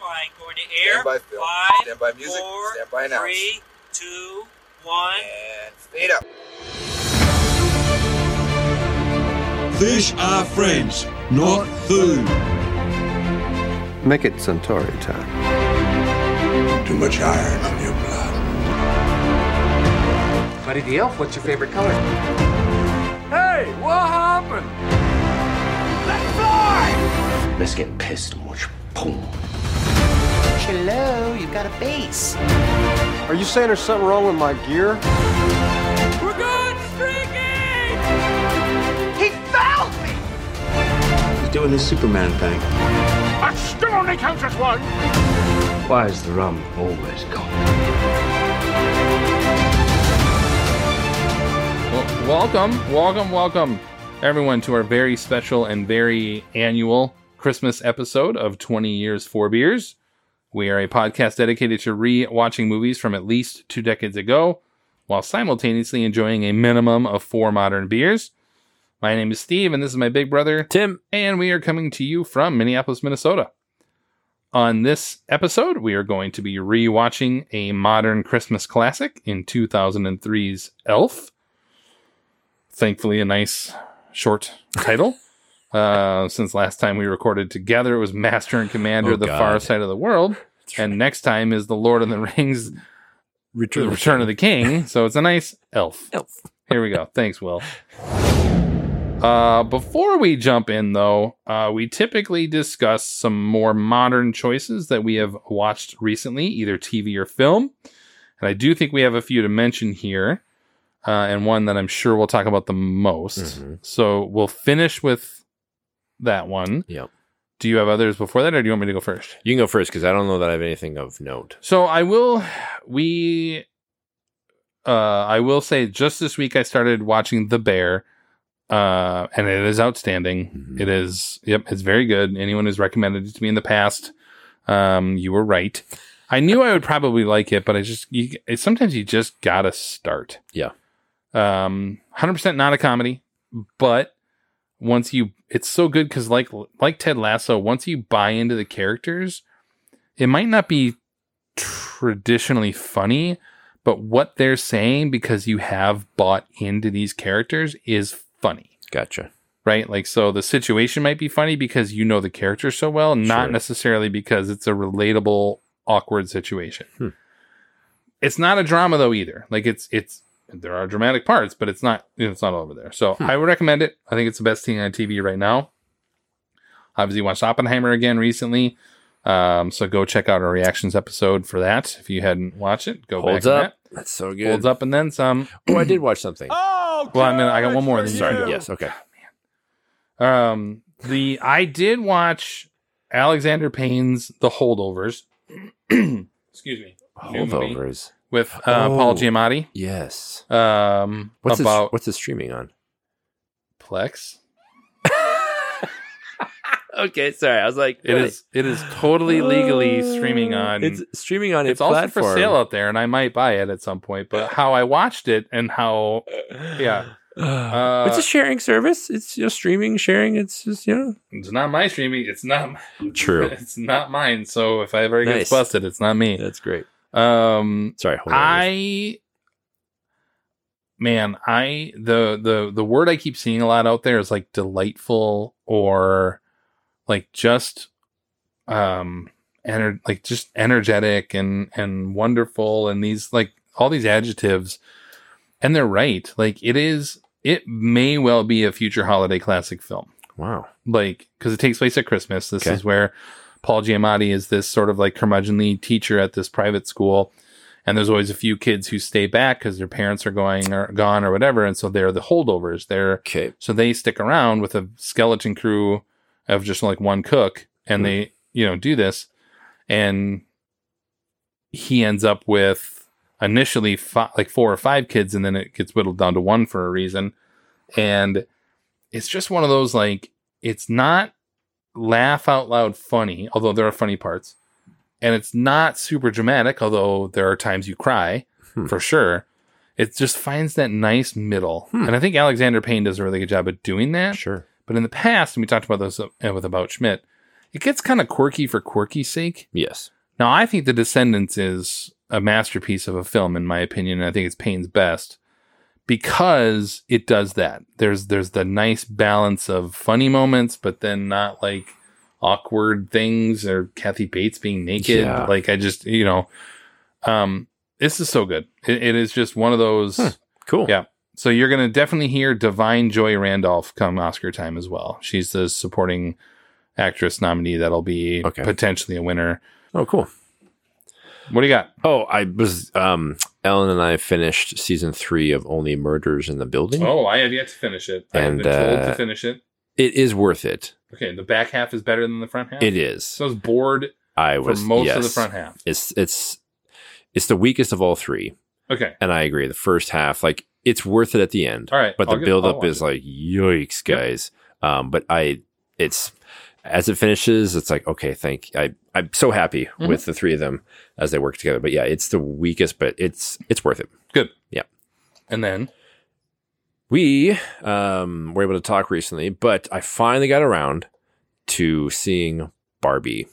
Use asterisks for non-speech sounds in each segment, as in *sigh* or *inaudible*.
air. Stand by, Phil. Five, Stand by music. four, Stand by announce. three, two, one. And fade up. Fish are friends, not food. Make it Centauri time. Too much iron on your blood. Buddy the Elf, what's your favorite color? Let's get pissed and watch porn. Hello, you've got a base. Are you saying there's something wrong with my gear? He found me! He's doing his Superman thing. Why is the rum always gone? Well, welcome, welcome, welcome, everyone, to our very special and very annual Christmas episode of 20 Years Four Beers. We are a podcast dedicated to re watching movies from at least two decades ago while simultaneously enjoying a minimum of four modern beers. My name is Steve, and this is my big brother, Tim, and we are coming to you from Minneapolis, Minnesota. On this episode, we are going to be rewatching a modern Christmas classic in 2003's Elf. Thankfully, a nice short *laughs* title. uh, since last time we recorded together, it was Master and Commander, Oh, The God. Far Side of the World. *laughs* And next time is The Lord of the Rings, The return. Return of the King. So it's a nice Elf. Elf. Here we go. Thanks, Will. Uh, before we jump in, though, uh, we typically discuss some more modern choices that we have watched recently, either TV or film. And I do think we have a few to mention here, uh, and one that I'm sure we'll talk about the most. Mhm. So we'll finish with that one. Yep. Do you have others before that, or do you want me to go first? You can go first because I don't know that I have anything of note. So I will we uh I will say just this week I started watching The Bear. Uh and it is outstanding. Mhm. It is yep, it's very good. Anyone who's recommended it to me in the past, um, you were right. I knew I would probably like it, but I just you, it, sometimes you just gotta start. Yeah. Um, hundred percent not a comedy, but once you, it's so good because like like Ted Lasso, once you buy into the characters, it might not be traditionally funny, but what they're saying because you have bought into these characters is funny Gotcha. right? Like, so the situation might be funny because you know the character so well, not Sure. necessarily because it's a relatable, awkward situation. Hmm. It's not a drama though either. Like, it's it's there are dramatic parts, but it's not it's not all over there. Hmm. So I would recommend it. I think it's the best thing on TV right now. Obviously, watched Oppenheimer again recently. Um, so go check out our reactions episode for that. If you hadn't watched it, go Holds back. on up. That's so That. good. Holds up and then some. Oh, I did watch something. Well, I mean, I got one more. Than Sorry. You. Yes. Okay. Um, the I did watch Alexander Payne's The Holdovers. *clears throat* Excuse me. New movie Holdovers. with uh, Paul Oh. Giamatti. Yes. Um, What's about about what's it streaming on? Plex. Okay. Sorry. I was like, Uh, It is it is totally legally streaming on. It's streaming on. a it's also platform. for sale out there, and I might buy it at some point. But how I watched it and how yeah. Uh, *sighs* it's a sharing service. It's just streaming, sharing. It's just you it's not my streaming. It's not know. True. *laughs* it's not mine. So if I ever get Nice. busted, it's not me. That's great. Um, Sorry. Hold on. I man, I the the the word I keep seeing a lot out there is like delightful or like just um ener- like just energetic and and wonderful and these like all these adjectives and they're right. Like it is it may well be a future holiday classic film Wow. like because it takes place at Christmas. This Okay. is where Paul Giamatti is this sort of like curmudgeonly teacher at this private school, and there's always a few kids who stay back because their parents are going or gone or whatever, and so they're the holdovers. They're Okay. so they stick around with a skeleton crew of just like one cook, and Hmm. they you know do this, and he ends up with initially fi- like four or five kids, and then it gets whittled down to one for a reason, and it's just one of those like it's not laugh out loud funny, although there are funny parts, and it's not super dramatic, although there are times you cry Hmm. for sure. It just finds that nice middle, Hmm. and I think Alexander Payne does a really good job at doing that. Sure. But in the past, and we talked about this uh, with about Schmidt, it gets kind of quirky for quirky's sake Yes. Now, I think The Descendants is a masterpiece of a film, in my opinion, and I think it's Payne's best because it does that. There's there's the nice balance of funny moments, but then not like awkward things or Kathy Bates being naked. Yeah. Like I just you know, um, this is so good. It, it is just one of those. Cool. Yeah. So you're going to definitely hear Divine Joy Randolph come Oscar time as well. She's the supporting actress nominee that'll be Okay. potentially a winner. Oh, cool. What do you got? Oh, I was um Ellen and I finished season three of Only Murders in the Building. Oh, I have yet to finish it. I have And, been told to uh, finish it. It is worth it. Okay, the back half is better than the front half. It is. So I was bored I for was most of the yes. front half. It's it's it's the weakest of all three, Okay. and I agree. The first half, like it's worth it at the end. All right. but I'll the get- build I'll up watch is it. like yikes guys um but i it's as it finishes it's like okay thank i i'm so happy Mm-hmm. with the three of them as they work together but yeah it's the weakest but it's it's worth it good. Yeah. And then we um were able to talk recently but i finally got around to seeing barbie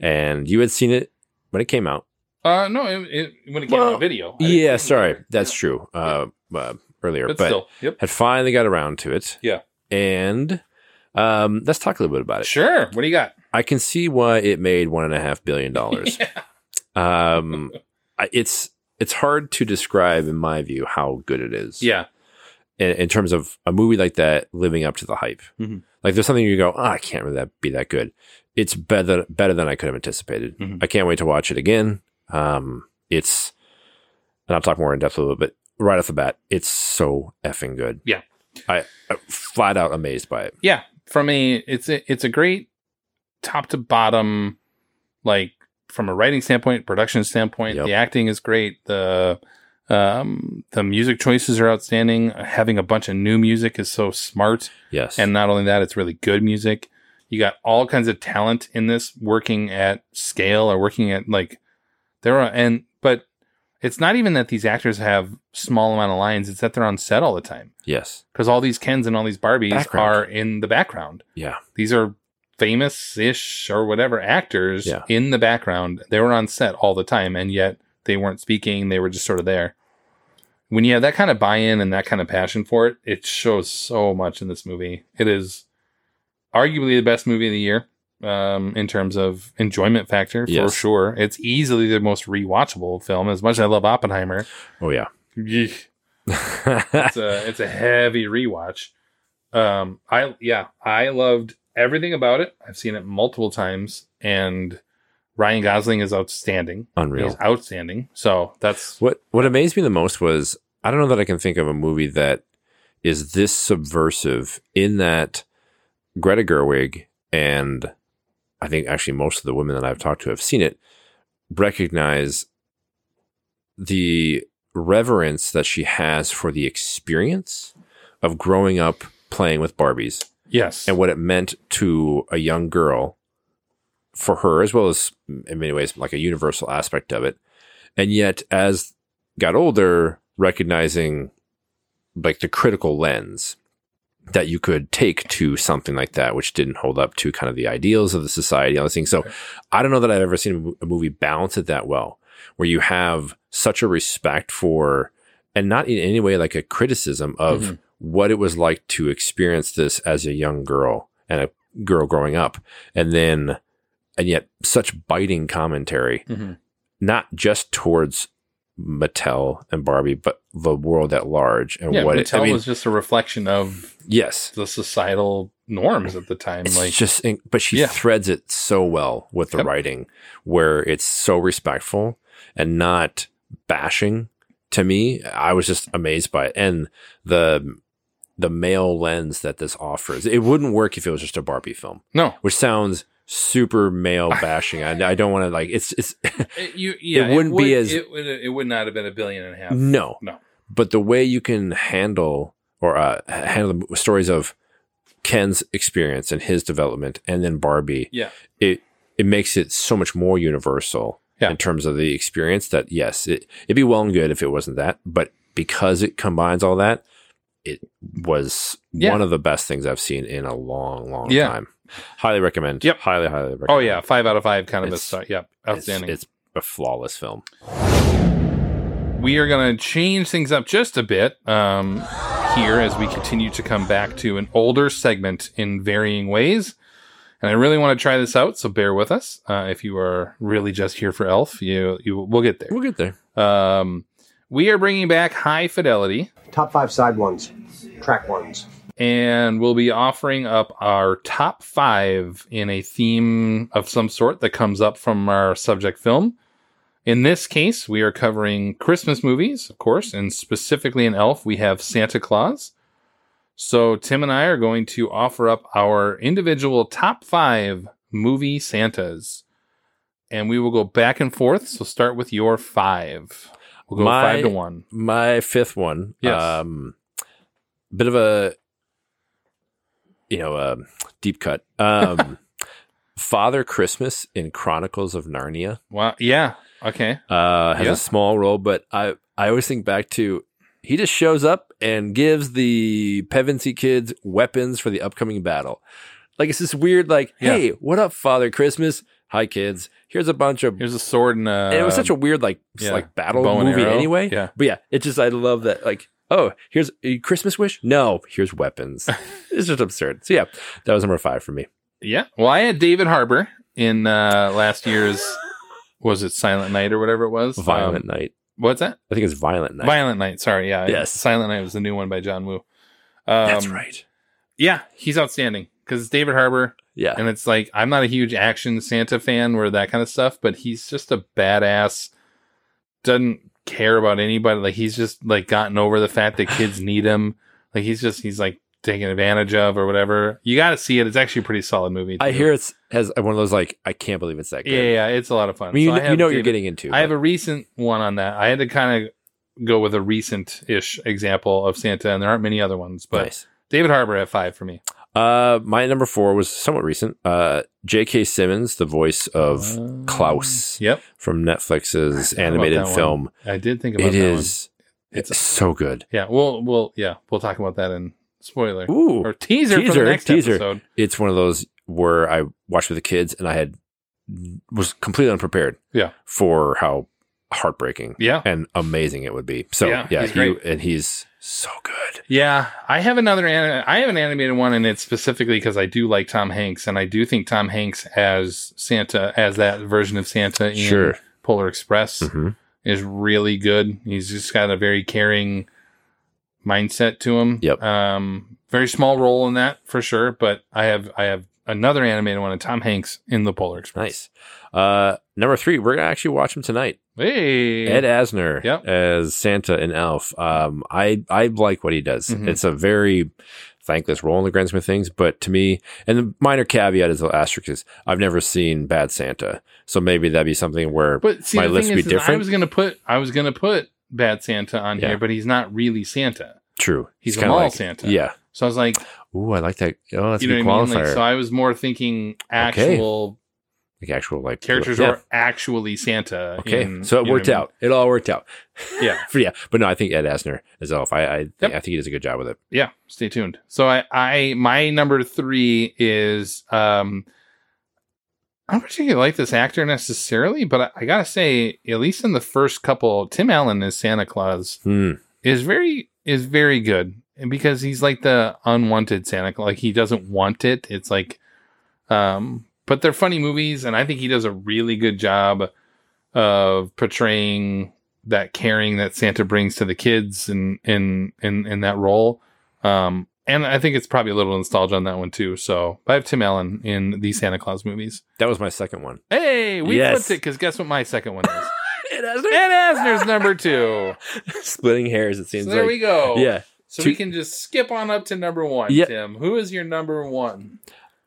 and you had seen it when it came out uh no, it, it, when it came Well, out on video. I didn't yeah see it. sorry that's true uh, uh earlier But, but, still. Yep. had finally got around to it Yeah. and um let's talk a little bit about it Sure. What do you got? I can see why it made one and a half *laughs* billion dollars. Um, I- it's it's hard to describe, in my view, how good it is. Yeah. In, in terms of a movie like that living up to the hype, Mhm. like there's something you go, oh, I can't really that be that good. It's better better than I could have anticipated. Mhm. I can't wait to watch it again. Um, it's and I'll talk more in depth a little bit. Right off the bat, it's so effing good. Yeah. I, I flat out amazed by it. yeah from a it's a it's a great top to bottom like from a writing standpoint production standpoint Yep. the acting is great the um the music choices are outstanding having a bunch of new music is so smart Yes, and not only that it's really good music you got all kinds of talent in this working at scale or working at like there are and but it's not even that these actors have small amount of lines it's that they're on set all the time yes, because all these Kens and all these Barbies Background. are in the background. yeah. These are famous ish or whatever actors Yeah. in the background. They were on set all the time and yet they weren't speaking. They were just sort of there. When you have that kind of buy in and that kind of passion for it, it shows so much in this movie. It is arguably the best movie of the year um, in terms of enjoyment factor for Yes. sure. It's easily the most rewatchable film. As much as I love Oppenheimer, Oh yeah. *laughs* yeesh it's a it's a heavy rewatch. Um, I yeah, I loved everything about it. I've seen it multiple times, and Ryan Gosling is outstanding. Unreal. He's outstanding. So that's What what amazed me the most was I don't know that I can think of a movie that is this subversive in that Greta Gerwig and I think actually most of the women that I've talked to have seen it recognize the reverence that she has for the experience of growing up playing with Barbies yes, and what it meant to a young girl for her as well as in many ways like a universal aspect of it and yet as got older recognizing like the critical lens that you could take to something like that which didn't hold up to kind of the ideals of the society all those things so i don't know that i've ever seen a mo- a movie balance it that well where you have such a respect for and not in any way like a criticism of Mhm. what it was like to experience this as a young girl and a girl growing up and then and yet such biting commentary Mhm. not just towards Mattel and Barbie, but the world at large and yeah. what Mattel it, I mean, was just a reflection of yes, the societal norms at the time. it's like just, in- but she Yeah. threads it so well with the Yep. writing where it's so respectful and not bashing to me. I was just amazed by it. And the, the male lens that this offers, it wouldn't work if it was just a Barbie film, no, which sounds *laughs* super male bashing. I, I don't want to like, it's, it's, it, you, yeah, wouldn't be would- as- it would, it would not have been a billion and a half. *laughs* no, no. but the way you can handle or uh, h- handle the stories of Ken's experience and his development, and then Barbie, Yeah. it it makes it so much more universal Yeah. in terms of the experience. That yes, it, it'd be well and good if it wasn't that, but because it combines all that, it was Yeah. one of the best things I've seen in a long, long Yeah. time. highly recommend. Yep. highly highly. recommend. Oh yeah, five out of five kind of a It's- star. Yep, It's- outstanding. It's, a flawless film. we are going to change things up just a bit um, here as we continue to come back to an older segment in varying ways. And I really want to try this out, so bear with us. Uh, if you are really just here for Elf, you you we'll get there. We'll get there. Um, we are bringing back High Fidelity, Top five side ones, track ones. and we'll be offering up our top five in a theme of some sort that comes up from our subject film. In this case, we are covering Christmas movies, of course, and specifically in Elf, we have Santa Claus. So, Tim and I are going to offer up our individual top five movie Santas. And we will go back and forth. So, start with your five. We'll go My- five to one. My fifth one. Yes. Um, bit of a, you know, a deep cut. *laughs* Um, Father Christmas in Chronicles of Narnia. Wow. Yeah. Okay. uh, has Yeah. a small role, but I I always think back to he just shows up and gives the Pevensey kids weapons for the upcoming battle. Like it's this weird, like, Yeah. hey, what up, Father Christmas? Hi, kids. Here's a bunch of. Here's a sword and a. and it was such a weird, like, s- yeah, like battle bow and movie arrow. anyway. Yeah. but yeah, it just I love that. Like, oh, here's a Christmas wish. No, *laughs* here's weapons. it's just absurd. So yeah, that was number five for me. Yeah. Well, I had David Harbour in uh, last year's. was it Silent Night or whatever it was? Violent Um, Night. what's that? I think it's Violent Night. Violent Night. Sorry. Yeah. Yes. Silent Night was the new one by John Woo. Um, That's right. Yeah, he's outstanding because it's David Harbour, Yeah, and it's like I'm not a huge action Santa fan or that kind of stuff, but he's just a badass. Doesn't care about anybody. Like he's just like gotten over the fact that *sighs* kids need him. Like he's just he's like taken advantage of or whatever. You got to see it. It's actually a pretty solid movie. I too. hear it's has one of those like I can't believe it's that good. Yeah, yeah, it's a lot of fun. I mean, you, So kn- you have know what you're David- getting into. I have but- a recent one on that. I had to kind of go with a recent ish example of Santa, and there aren't many other ones, but nice. David Harbour at five for me. Uh, my number four was somewhat recent. Uh, J.K. Simmons, the voice of Uh-huh. Klaus Yep. from How Netflix's about that animated one? film. I did think about It that is. one. It's It's so good. yeah. We'll we'll yeah we'll talk about that in spoiler Ooh, or teaser, for teaser, the next teaser. episode. it's one of those where I watched with the kids and I had was completely unprepared. Yeah. For how heartbreaking Yeah. and amazing it would be. So Yeah, yeah, he's he- great. and he's so good. Yeah, I have another. An- I have an animated one, and it's specifically because I do like Tom Hanks, and I do think Tom Hanks as Santa, as that version of Santa in Sure. Polar Express, Mhm. is really good. He's just got a very caring mindset to him. Yep. Um, very small role in that for sure, but I have I have another animated one of Tom Hanks in the Polar Express. Nice. Uh, number three, we're gonna actually watch him tonight. Hey, Ed Asner Yep. as Santa and Elf. Um, I I like what he does. Mhm. It's a very thankless role in the grand scheme of things, but to me, and the minor caveat is the asterisk is I've never seen Bad Santa, so maybe that'd be something where but see, my the list thing be is, is I different. was gonna put I was gonna put Bad Santa on Yeah. here, but he's not really Santa. true, He's a kinda mall like- Santa. Yeah. So I was like, Ooh, I like that. Oh, that's you know a good what I mean? qualifier. Like, Like, so I was more thinking actual actual like characters yeah. were actually Santa. okay. in- so you it know what worked I mean? out. It all worked out. Yeah. But *laughs* yeah, but no, I think Ed Asner as Elf. I I, think- Yep. I think he does a good job with it. Yeah. Stay tuned. So I, I, my number three is, um, I don't particularly like this actor necessarily, but I, I gotta say, at least in the first couple, Tim Allen as Santa Claus Hmm. is very is very good and because he's like the unwanted Santa Claus. Like he doesn't want it. It's like, um, but they're funny movies, and I think he does a really good job of portraying that caring that Santa brings to the kids and in in in that role. Um, and I think it's probably a little nostalgia on that one too. So but I have Tim Allen in the Santa Claus movies. That was my second one. Hey, we Yes. flipped it because guess what my second one *laughs* is. Ed And Asner's number two. Splitting hairs, it So seems there like. we go. Yeah. So Two- we can just skip on up to number one, Yeah. Tim. Who is your number one?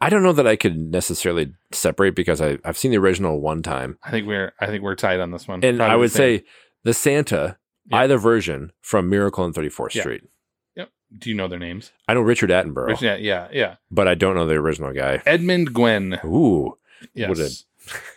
I don't know that I could necessarily separate because I, I've seen the original one time. I think we're I think we're tied on this one. And Probably I the would same. say the Santa, Yeah. either version from Miracle on 34th Yeah. Street. do you know their names? I know Richard Attenborough, Rich- yeah, yeah, yeah. but I don't know the original guy. *laughs* Edmund Gwen. Ooh, Yes. what a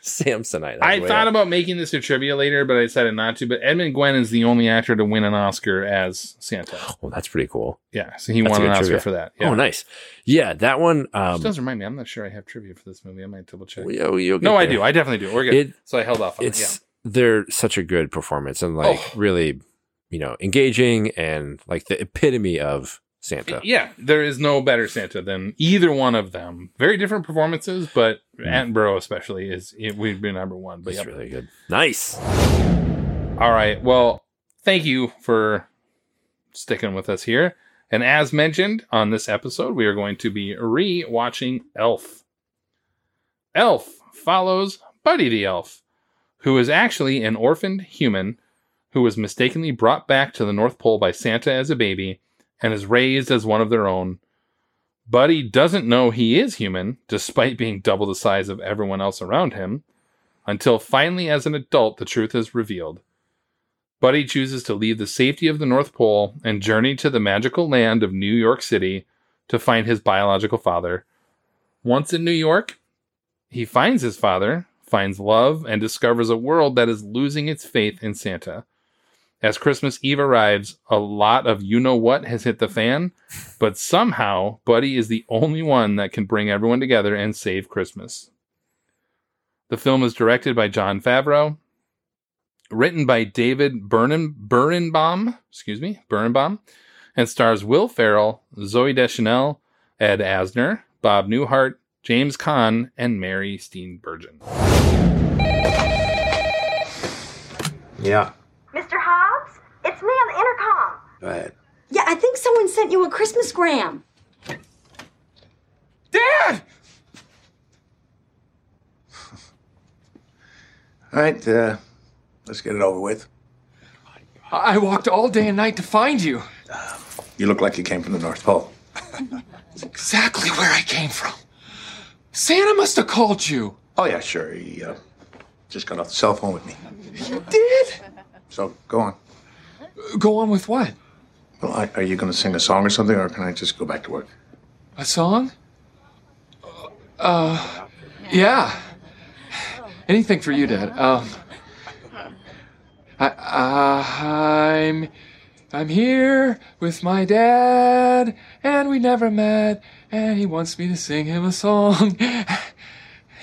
Samsonite. I Way thought up. about making this a trivia later, but I decided not to. But Edmund Gwen is the only actor to win an Oscar as Santa. Oh, that's pretty cool. Yeah, so he That's won a an good Oscar trivia. for that. Yeah. Oh, nice. Yeah, that one. Um, This does remind me. I'm not sure I have trivia for this movie. I might double check. we- oh, you'll get no, I there. do. I definitely do. We're good. It- so I held off on it. Yeah. it's they're such a good performance and like Oh. really, you know, engaging and like the epitome of Santa. Yeah, there is no better Santa than either one of them. Very different performances, but Attenborough especially is it would be number one. But It's yep. really good. Nice. all right, well, thank you for sticking with us here. And as mentioned on this episode, we are going to be re-watching Elf. Elf follows Buddy the Elf, who is actually an orphaned human who was mistakenly brought back to the North Pole by Santa as a baby and is raised as one of their own. Buddy doesn't know he is human, despite being double the size of everyone else around him, until finally, as an adult, the truth is revealed. Buddy chooses to leave the safety of the North Pole and journey to the magical land of New York City to find his biological father. Once in New York, he finds his father, finds love, and discovers a world that is losing its faith in Santa. As Christmas Eve arrives, a lot of you know what has hit the fan, but somehow Buddy is the only one that can bring everyone together and save Christmas. The film is directed by John Favreau, written by David Burnen, Birnbaum, excuse me, Birnbaum, and stars Will Ferrell, Zoe Deschanel, Ed Asner, Bob Newhart, James Caan, and Mary Steenburgen. Yeah. Mr. Hobbs, it's me on the intercom. Go ahead. Yeah, I think someone sent you a Christmas gram. All right, uh, let's get it over with. I walked all day and night to find you. You look like you came from the North Pole. Exactly where I came from. Santa must have called you. Oh, yeah, sure. He uh, just got off the cell phone with me. Did? So go on. Go on with what? Well, I, are you going to sing a song or something, or can I just go back to work? A song? Uh, yeah. Anything for you, Dad. Um, I, I'm, I'm here with my dad, and we never met, and he wants me to sing him a song.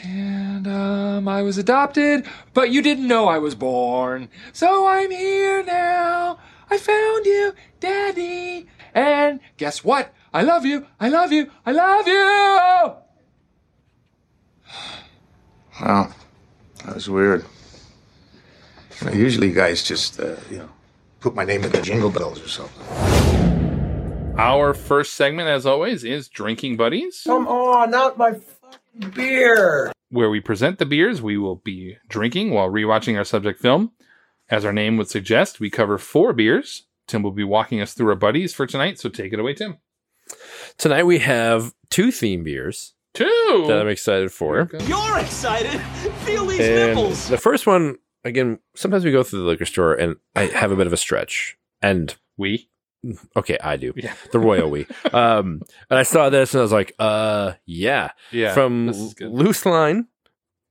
And um, I was adopted, but you didn't know I was born. So I'm here now. I found you, Daddy. And guess what? I love you. I love you. I love you. Wow, that was weird. You know, usually, guys just, uh, you know, put my name in the jingle bells or something. Our first segment, as always, is Drinking Buddies, Come on, not my fucking beer. where we present the beers we will be drinking while rewatching our subject film. As our name would suggest, we cover four beers. Tim will be walking us through our buddies for tonight, so take it away, Tim. Tonight we have two theme beers Two. that I'm excited for. You're excited. Feel these And nipples. the first one, again, sometimes we go through the liquor store and I have a bit of a stretch. And we. okay, I do. Yeah. The *laughs* royal we. Um, and I saw this and I was like, uh, yeah. Yeah. From this is good. Loose Line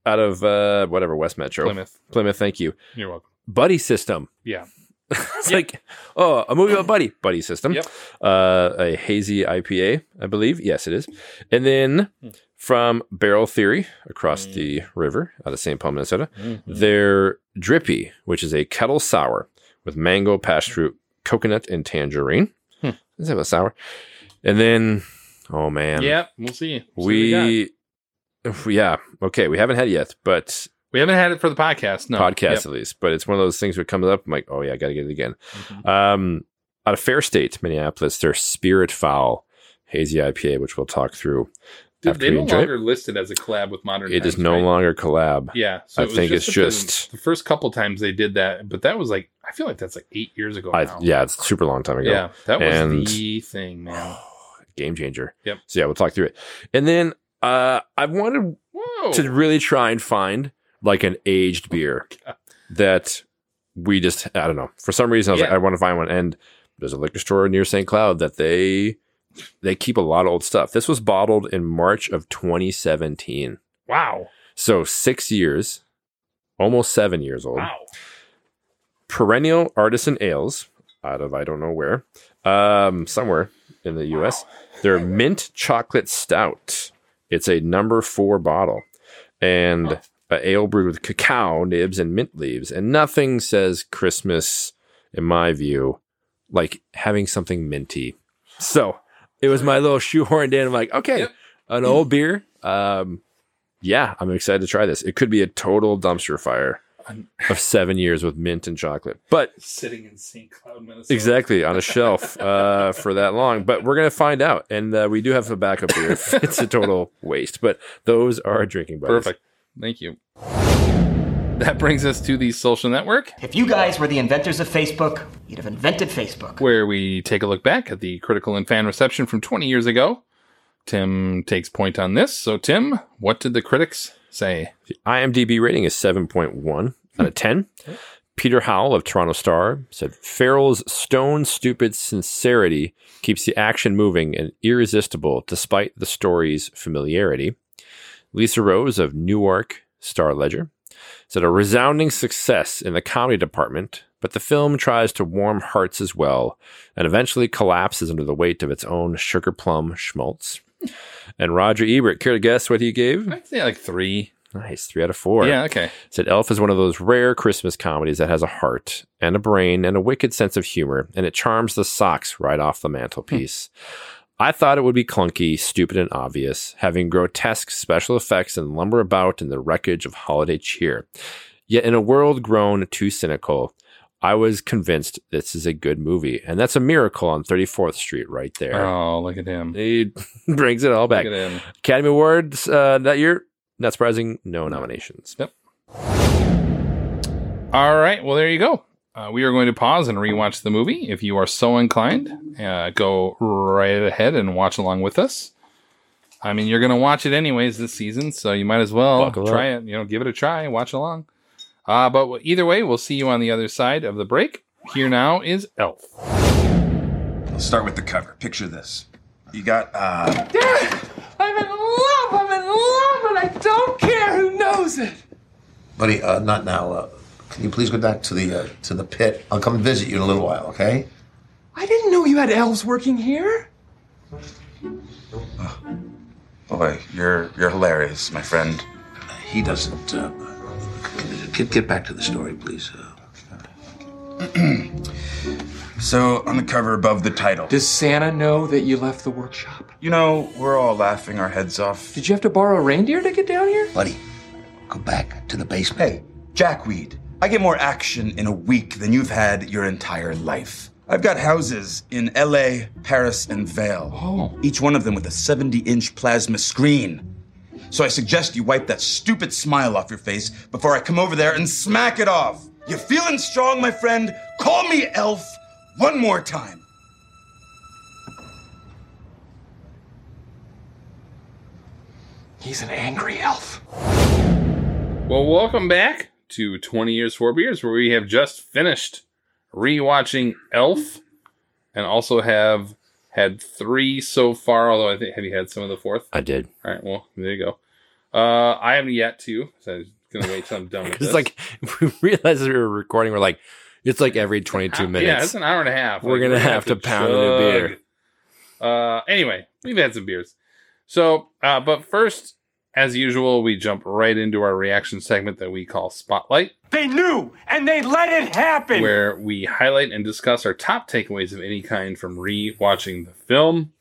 out of uh, whatever, West Metro. Plymouth. Plymouth, thank you. You're welcome. Buddy System. Yeah. it's like, oh, a movie about Buddy. Buddy System. Yep. Uh, a hazy IPA, I believe. Yes, it is. And then from Barrel Theory across Mm. the river out of St. Paul, Minnesota, Mm-hmm. their Drippy, which is a kettle sour with mango, passion fruit, coconut, and tangerine. Hmm. Let's have a sour. And then, oh man. Yeah, we'll see. We'll see what got. We, *sighs* yeah. Okay. We haven't had it yet, but we haven't had it for the podcast. No podcast Yep. at least. But it's one of those things that comes up. I'm like, oh yeah, I got to get it again. Mm-hmm. Um, out of Fair State, Minneapolis, their Spirit Foul hazy IPA, which we'll talk through Dude, after they we no enjoy longer it. listed as a collab with Modern. It is Times, no right? longer collab. Yeah, I it was think it's that the- just- the, first couple times they did that, but that was like I feel like that's like eight years ago. I, now. yeah, it's a super long time ago. yeah, that was And- the thing, man. *gasps* Game changer. Yep. So yeah, we'll talk through it. And then uh, I wanted Whoa, to really try and find like an aged beer that we just I don't know for some reason I was like Yeah. I want to find one and there's a liquor store near St. Cloud that they they keep a lot of old stuff. This was bottled in March of 2017. wow, So six years, almost seven years old. Wow. Perennial artisan ales out of I don't know where, um, somewhere in the U.S. They're mint chocolate stout. It's a number four bottle, and a ale brewed with cacao nibs and mint leaves. And nothing says Christmas, in my view, like having something minty. So it was my little shoehorned in. I'm like, okay, an old beer. Um, yeah, I'm excited to try this. It could be a total dumpster fire of seven years with mint and chocolate, but Sitting in St. Cloud, Minnesota. exactly on a shelf uh, for that long. But we're gonna find out, and uh, we do have a backup beer. if *laughs* it's a total waste, but those are our drinking buddies. Perfect. Thank you. That brings us to the social network, If you guys were the inventors of Facebook, you'd have invented Facebook. where we take a look back at the critical and fan reception from 20 years ago. Tim takes point on this. So, Tim, what did the critics say? IMDb rating is 7.1 out of 10. Peter Howell of Toronto Star said Farrell's stone stupid sincerity keeps the action moving and irresistible despite the story's familiarity. Lisa Rose of Newark Star Ledger said a resounding success in the comedy department, but the film tries to warm hearts as well and eventually collapses under the weight of its own sugar plum schmaltz. And Roger Ebert, care to guess what he gave? I'd say like three. Nice, three out of four. Yeah, okay. Said Elf is one of those rare Christmas comedies that has a heart and a brain and a wicked sense of humor, and it charms the socks right off the mantelpiece. Hmm. I thought it would be clunky, stupid, and obvious, having grotesque special effects and lumber about in the wreckage of holiday cheer. Yet, in a world grown too cynical, I was convinced this is a good movie, and that's a miracle on 34th Street right there. Oh, look at him. He *laughs* brings it all back. Look at him. Academy Awards uh, that year, not surprising, no nominations. Yep. All right. Well, there you go. Uh, we are going to pause and rewatch the movie. If you are so inclined, uh, go right ahead and watch along with us. I mean, you're going to watch it anyways this season, so you might as well Buckle try it. You know, give it a try, watch along. Uh, but w- either way, we'll see you on the other side of the break. Here now is Elf. Let's start with the cover. Picture this. You got uh, I'm in love. I'm in love, and I don't care who knows it. Buddy, uh, not now. Uh, can you please go back to the uh, to the pit? I'll come visit you in a little while, okay? I didn't know you had elves working here. Oh, boy. You're you're hilarious, my friend. He doesn't. Uh, get get back to the story, please. Uh, *clears throat* So on the cover above the title, Does Santa know that you left the workshop? you know we're all laughing our heads off. Did you have to borrow a reindeer to get down here? buddy, go back to the basement. Hey, Jackweed, I get more action in a week than you've had your entire life. I've got houses in LA, Paris, and Vale. Oh. Each one of them with a 70 inch plasma screen. So I suggest you wipe that stupid smile off your face before I come over there and smack it off. You feeling strong, my friend? Call me Elf one more time. He's an angry elf. Well, welcome back to 20 Years for Beers, where we have just finished rewatching Elf and also have had three so far, although I think, have you had some of the fourth? I did. All right, well, there you go. Uh, I haven't yet to, so I'm going to wait till I'm done with *laughs* It's this. like we realized we were recording. We're like, it's like every 22 ah, Yeah, minutes. it's an hour and a half. We're gonna have to pound a new chug. beer. Uh, anyway, we've had some beers. So, uh, but first, as usual, we jump right into our reaction segment that we call Spotlight. They knew, and they let it happen. where we highlight and discuss our top takeaways of any kind from re-watching the film.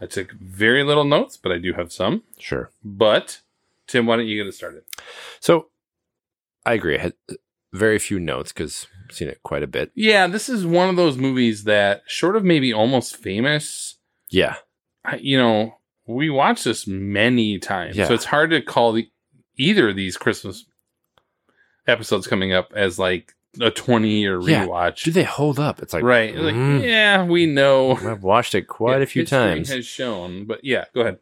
I took very little notes, but I do have some. sure. But Tim, why don't you get it started? So I agree. I had uh, very few notes because I've seen it quite a bit. Yeah, this is one of those movies that, short of maybe almost famous, Yeah. I- you know, we watched this many times, Yeah. so it's hard to call the either of these Christmas episodes coming up as like a twenty-year Yeah. rewatch. Do they hold up? It's like, right? mm, Like, yeah, we know I've watched it quite a few History times. Has shown, but yeah, go ahead.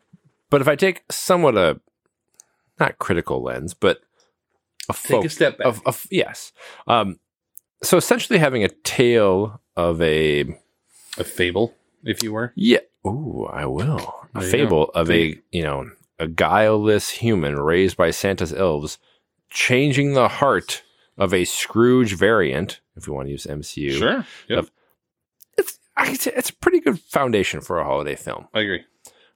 But if I take somewhat a not critical lens, but Take a a focus step back. of, of yes. Um, so essentially having a tale of a a fable, if you were. Yeah. Ooh, I will. A There you fable of There a you- you know a guileless human raised by Santa's elves, changing the heart of a Scrooge variant, if we want to use MCU. Sure. Yep. stuff. It's I can say it's a pretty good foundation for a holiday film. I agree.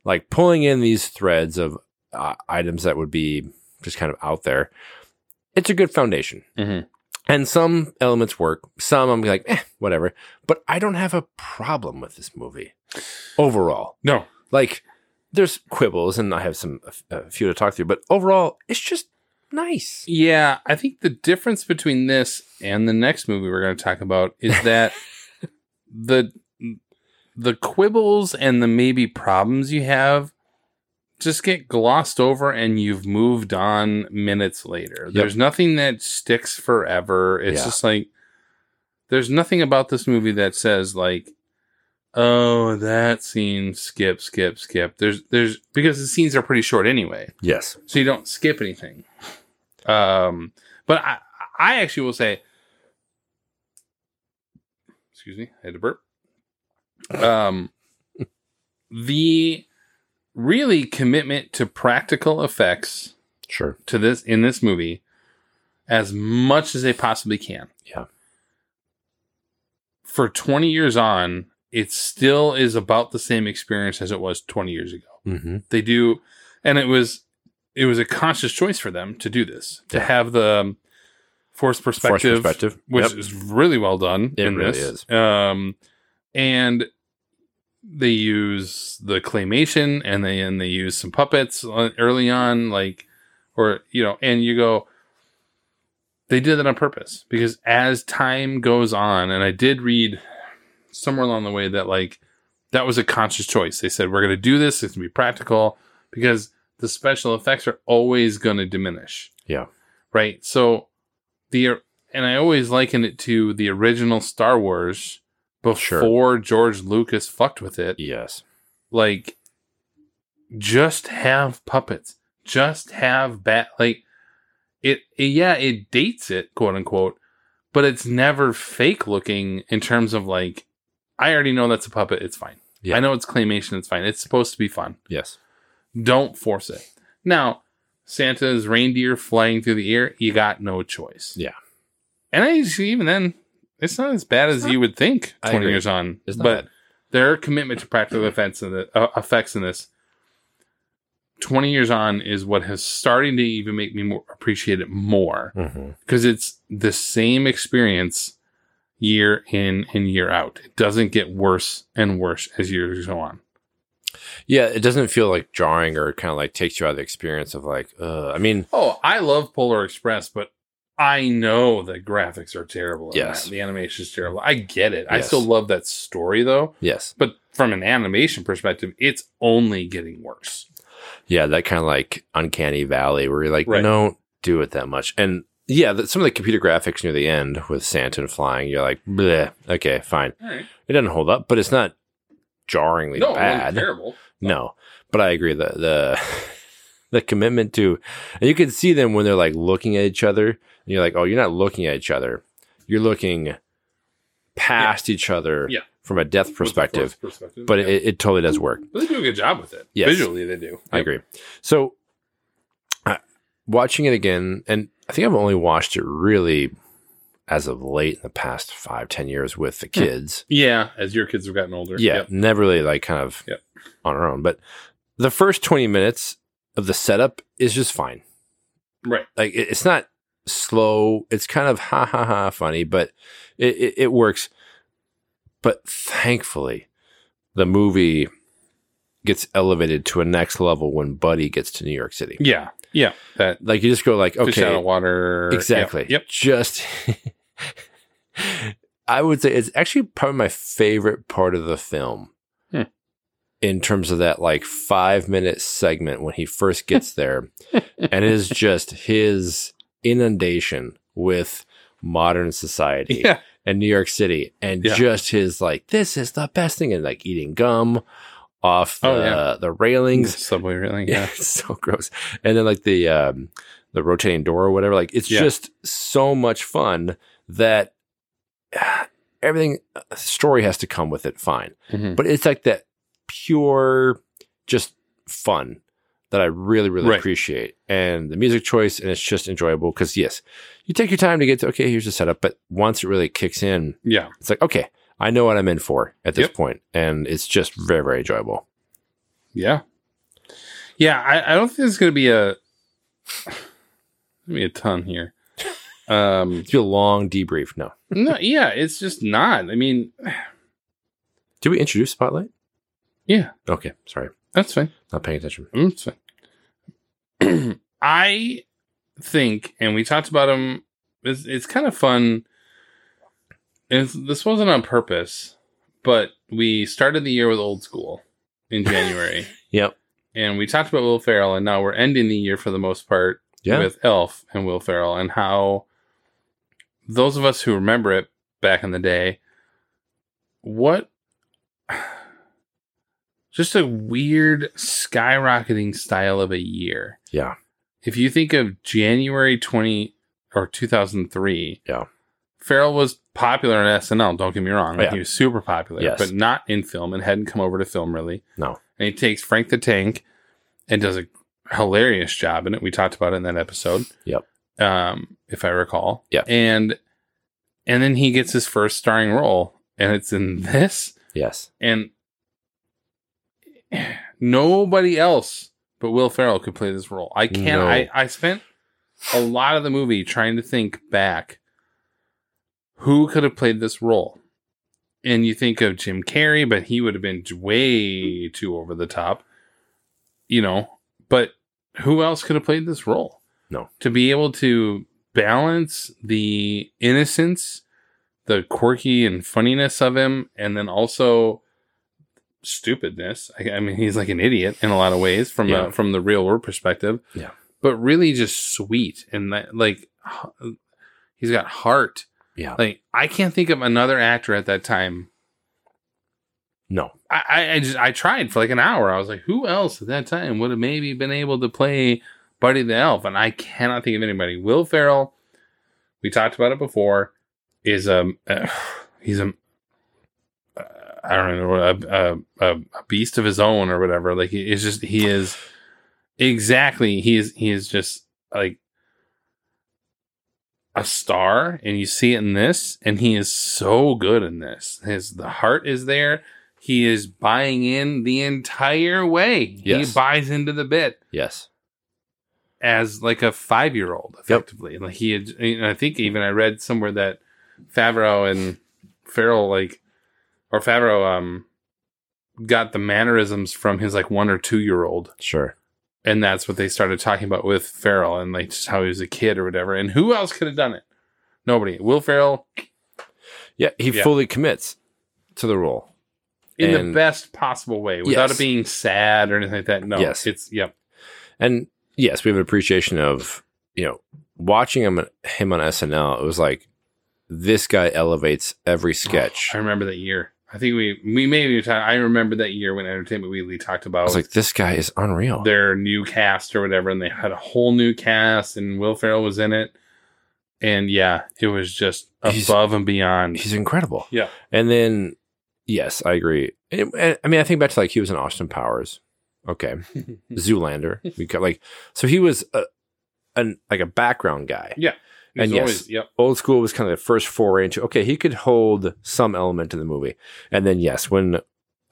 Like pulling in these threads of uh, items that would be just kind of out there. It's a good foundation. Mm-hmm. And some elements work. Some I'm like, eh, whatever. But I don't have a problem with this movie overall. No. Like, there's quibbles, and I have some a few to talk through. But overall, it's just nice. Yeah, I think the difference between this and the next movie we're going to talk about is that the the quibbles and the maybe problems you have just get glossed over and you've moved on minutes later. There's nothing that sticks forever. It's Yeah. just like there's nothing about this movie that says like oh that scene skip skip skip. There's there's because the scenes are pretty short anyway Yes. so you don't skip anything. Um, but I, I actually will say, excuse me, I had to burp. Um, the really commitment to practical effects Sure. to this in this movie as much as they possibly can. Yeah. For 20 years on, it still is about the same experience as it was 20 years ago Mm-hmm. they do and it was it was a conscious choice for them to do this to have the um, forced perspective, perspective. which Yep. is really well done It in really this um and they use the claymation and they and they use some puppets on- early on like or you know and you go they did that on purpose because as time goes on and i did read somewhere along the way that like that was a conscious choice they said we're going to do this it's going to be practical because the special effects are always going to diminish Yeah. right so the and i always liken it to the original star wars Sure. before george lucas fucked with it Yes. like just have puppets just have bat like it, it- yeah it dates it quote unquote but it's never fake looking in terms of like i already know that's a puppet it's fine Yeah. i know it's claymation it's fine it's supposed to be fun Yes. don't force it now santa's reindeer flying through the air you got no choice Yeah. and i see even then it's not as bad as you would think I 20 agree. years on It's not but bad. their commitment to practical effects in the, uh, effects in this 20 years on is what has starting to even make me more appreciate it more Mm-hmm. because it's the same experience year in and year out it doesn't get worse and worse as years go on Yeah. It doesn't feel like jarring or kind of like takes you out of the experience of like, uh, I mean, oh i love polar express but i know the graphics are terrible in Yes. that. the animation is terrible i get it i Yes. still love that story though yes. but from an animation perspective it's only getting worse Yeah, that kind of like uncanny valley where you're like, Right. don't do it that much. And yeah, the, some of the computer graphics near the end with Santa and flying, you're like, bleh, okay, fine. all right It doesn't hold up, but it's not jarringly no it wasn't bad. terrible No, but I agree the the *laughs* the commitment to, and you can see them when they're like looking at each other, and you're like, oh, you're not looking at each other, you're looking past each other Yeah. from a depth With the force perspective. perspective But yeah. it, it totally does work. But they do a good job with it. Yes. Visually, they do. I agree. So, I watching it again, and I think I've only watched it really as of late in the past five, ten years with the kids. Yeah, as your kids have gotten older. Yeah, Hmm. Yep. never really like kind of Yep. on our own. But the first twenty minutes of the setup is just fine. Right. Like it, it's not slow. It's kind of ha ha ha funny, but it, it, it works. But thankfully, the movie gets elevated to a next level when Buddy gets to New York City Yeah. Yeah. That like you just go like fish out of okay water. exactly Yep. just *laughs* i would say it's actually probably my favorite part of the film Hmm. in terms of that like five minute segment when he *laughs* first gets there and it is just his inundation with modern society Yeah. and new york city and Yeah. just his like this is the best thing and like eating gum off the, Oh, yeah. the railings *laughs* Subway railing. *laughs* yeah, Yeah. it's so gross. And then like the um, the rotating door or whatever, like it's Yeah. just so much fun that *sighs* ah, everything uh, story has to come with it. Fine, Mhm. but it's like that pure just fun that I really, really Right. appreciate. And the music choice, and it's just enjoyable because, yes, you take your time to get to, okay, here's the setup. But once it really kicks in, yeah, it's like, okay, I know what I'm in for at this Yep. point, And it's just very, very enjoyable. Yeah. Yeah, I, I don't think there's gonna be a *sighs* be a ton here. *laughs* Um it's a long debrief, no. No, yeah, it's just not. I mean Did we introduce Spotlight? Yeah. Okay, sorry. That's fine. Not paying attention. That's fine. I think, and we talked about him. It's, it's kind of fun. It's, this wasn't on purpose, but we started the year with Old School in January. Yep. and we talked about Will Ferrell, and now we're ending the year for the most part Yeah. with Elf and Will Ferrell, and how those of us who remember it back in the day, what *sighs* just a weird skyrocketing style of a year. Yeah. If you think of January 20 or 2003, yeah. Oh, Farrell was popular on SNL, don't get me wrong. Like Yeah. he was super popular, Yes. but not in film and hadn't come over to film really. No. And he takes Frank the Tank and does a hilarious job in it. We talked about it in that episode. Yep. Um, if I recall. Yeah. And and then he gets his first starring role and it's in this Yes. and *sighs* nobody else but Will Ferrell could play this role. I can't. No. I, I spent a lot of the movie trying to think back who could have played this role. And you think of Jim Carrey, but he would have been way too over the top, you know. But who else could have played this role? No. To be able to balance the innocence, the quirky and funniness of him, and then also stupidness. I, I mean, he's like an idiot in a lot of ways from Yeah. a, from the real world perspective. Yeah. But really, just sweet and that, like h- he's got heart. Yeah. Like I can't think of another actor at that time. No. I, I, I just I tried for like an hour. I was like, who else at that time would have maybe been able to play Buddy the Elf? And I cannot think of anybody. Will Ferrell. We talked about it before. Is um *sighs* uh, he's a I don't know a, a, a, a beast of his own or whatever. Like he is just he is exactly he is he is just like a star, and you see it in this, and he is so good in this. His the heart is there. He is buying in the entire way. Yes. He buys into the bit Yes. as like a five year old effectively. Like he had, and I think even I read somewhere that Favreau and Farrell like, or Favreau um, got the mannerisms from his like one or two year old, Sure. and that's what they started talking about with Farrell and like just how he was a kid or whatever. And who else could have done it? Nobody. Will Farrell Yeah. He Yeah. fully commits to the role. in And- the best possible way without Yes. it being sad or anything like that. No, Yes. it's yep. And yes, we have an appreciation of you know watching him him on SNL. It was like this guy elevates every sketch. Oh, I remember that year. I think we we maybe talk, I remember that year when Entertainment Weekly talked I about was like, this guy is unreal. their new cast or whatever, and they had a whole new cast, and Will Ferrell was in it, and yeah, it was just He's- above and beyond. He's incredible. Yeah, And then, yes, I agree. And- and- I mean, I think back to like he was in Austin Powers, okay, Zoolander. We got like so he was a, an like a background guy. yeah, It was And yes, always- yep, old school was kind of the first foray into okay, he could hold some element in the movie. And then yes, when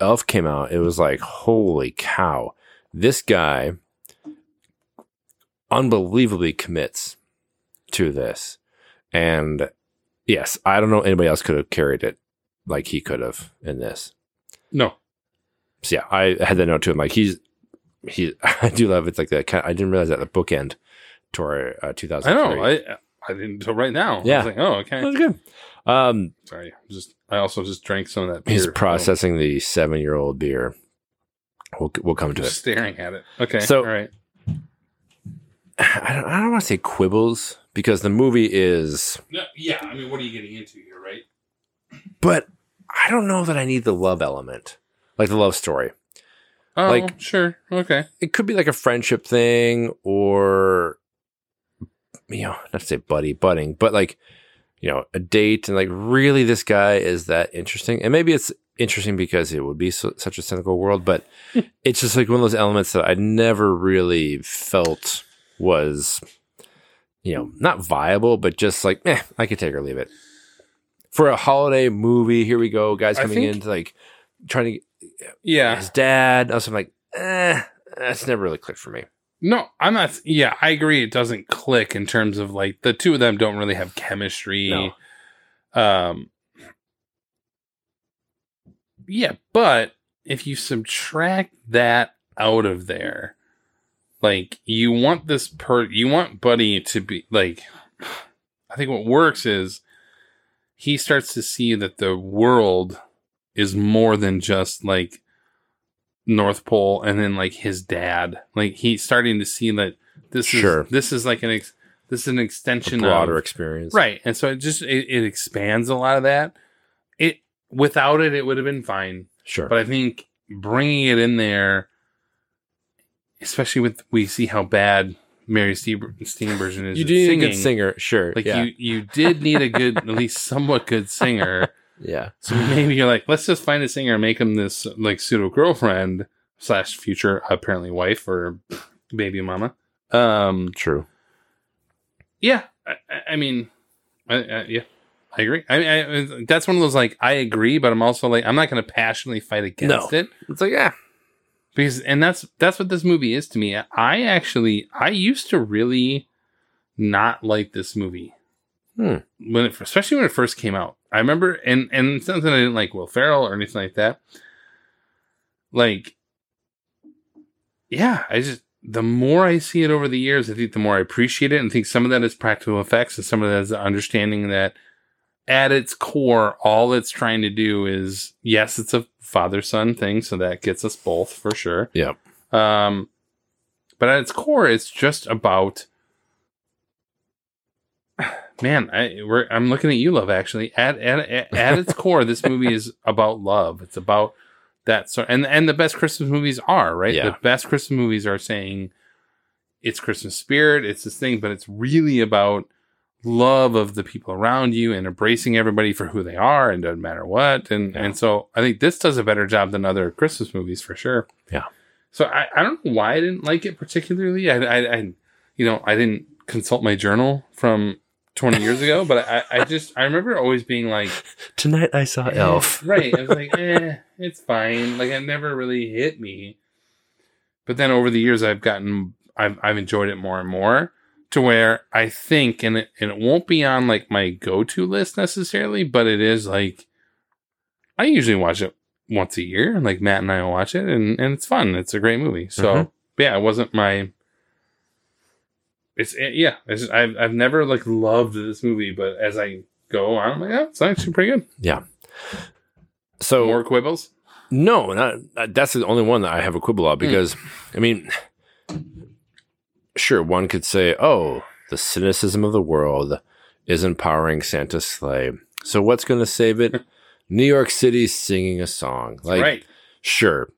Elf came out, it was like holy cow, this guy unbelievably commits to this. And yes, I don't know anybody else could have carried it like he could have in this. no, So yeah, I had that note to him. Like he's he, *laughs* I do love it's like that. Kind I didn't realize that the bookend to our uh, two I thousand. know, I I didn't until right now. I Yeah. was like, oh, okay, that was good. Um, sorry, just I also just drank some of that. He's beer. processing the seven year old beer. We'll, we'll come Oh, to just it. staring at it. Okay, So- all right, I don't, I don't want to say quibbles because the movie is, no, yeah. I mean, what are you getting into here, right? but I don't know that I need the love element, like the love story. Oh, Like- sure, okay. It could be like a friendship thing or, you know, not to say buddy, budding, but like, you know, a date and like really this guy is that interesting. And maybe it's interesting because it would be so, such a cynical world, but Hmm. it's just like one of those elements that I never really felt was, you know, not viable, but just like, eh, I could take or leave it. For a holiday movie, here we go, guys I coming think- in to like trying to, Yeah. his dad. Also, I'm like, eh, that's never really clicked for me. No, I'm not. Yeah, I agree. It doesn't click in terms of like the two of them don't really have chemistry. Um. Yeah, but if you subtract that out of there, like you want this per, you want Buddy to be like. I think what works is he starts to see that the world is more than just like North Pole and then like his dad. Like he's starting to see that this Sure. is this is like an ex, this is an extension Broader of experience. right, and so it just it, it expands a lot of that. It without it, it would have been fine. Sure. but I think bringing it in there, especially with we see how bad Mary Steber- Steenburgen is. You at do need a good singing. singer, sure. Like yeah. you, you did need a good, at least somewhat good singer. Yeah. So maybe you're like, let's just find a singer and make him this like pseudo girlfriend slash future apparently wife or baby mama. Um, True. Yeah, I, I- I mean, I, I, yeah, I agree. I, I that's one of those like I agree, but I'm also like I'm not going to passionately fight against No. it It's like, yeah. because and that's that's what this movie is to me. I actually I used to really not like this movie Hmm. when it, especially when it first came out. I remember, and and it's not that I didn't like Will Ferrell or anything like that. Like, yeah, I just the more I see it over the years, I think the more I appreciate it, and think some of that is practical effects, and some of that is the understanding that at its core, all it's trying to do is yes, it's a father son thing, so that gets us both for sure. Yeah. Um, but at its core, it's just about *sighs* man. I we're, I'm looking at you, love. Actually, at at at- at its core, this movie is about love. It's about that sort, and and the best Christmas movies are right. Yeah. The best Christmas movies are saying it's Christmas spirit, it's this thing, but it's really about love of the people around you and embracing everybody for who they are and doesn't matter what. And and so I think this does a better job than other Christmas movies for sure. Yeah. So I, I don't know why I didn't like it particularly. I, I, I you know I didn't consult my journal from 20 years ago, but I, I just I remember always being like Tonight I saw eh, *laughs* right. I was like, eh, it's fine. Like it never really hit me. But then over the years, I've gotten, I've, I've enjoyed it more and more to where I think, and it, and it won't be on like my go to list necessarily, but it is like, I usually watch it once a year. Like Matt and I will watch it, and, and it's fun. It's a great movie. So, Mhm. but yeah, it wasn't my. It's it, yeah. It's just- I've I've never like loved this movie, but as I go on, I'm like, oh, it's actually pretty good. Yeah. So more quibbles? No, not, uh, that's the only one that I have a quibble Hmm. on because, I mean, sure, one could say, "Oh, the cynicism of the world is empowering Santa's sleigh." So what's going to *laughs* save it? New York City singing a song, like right. sure,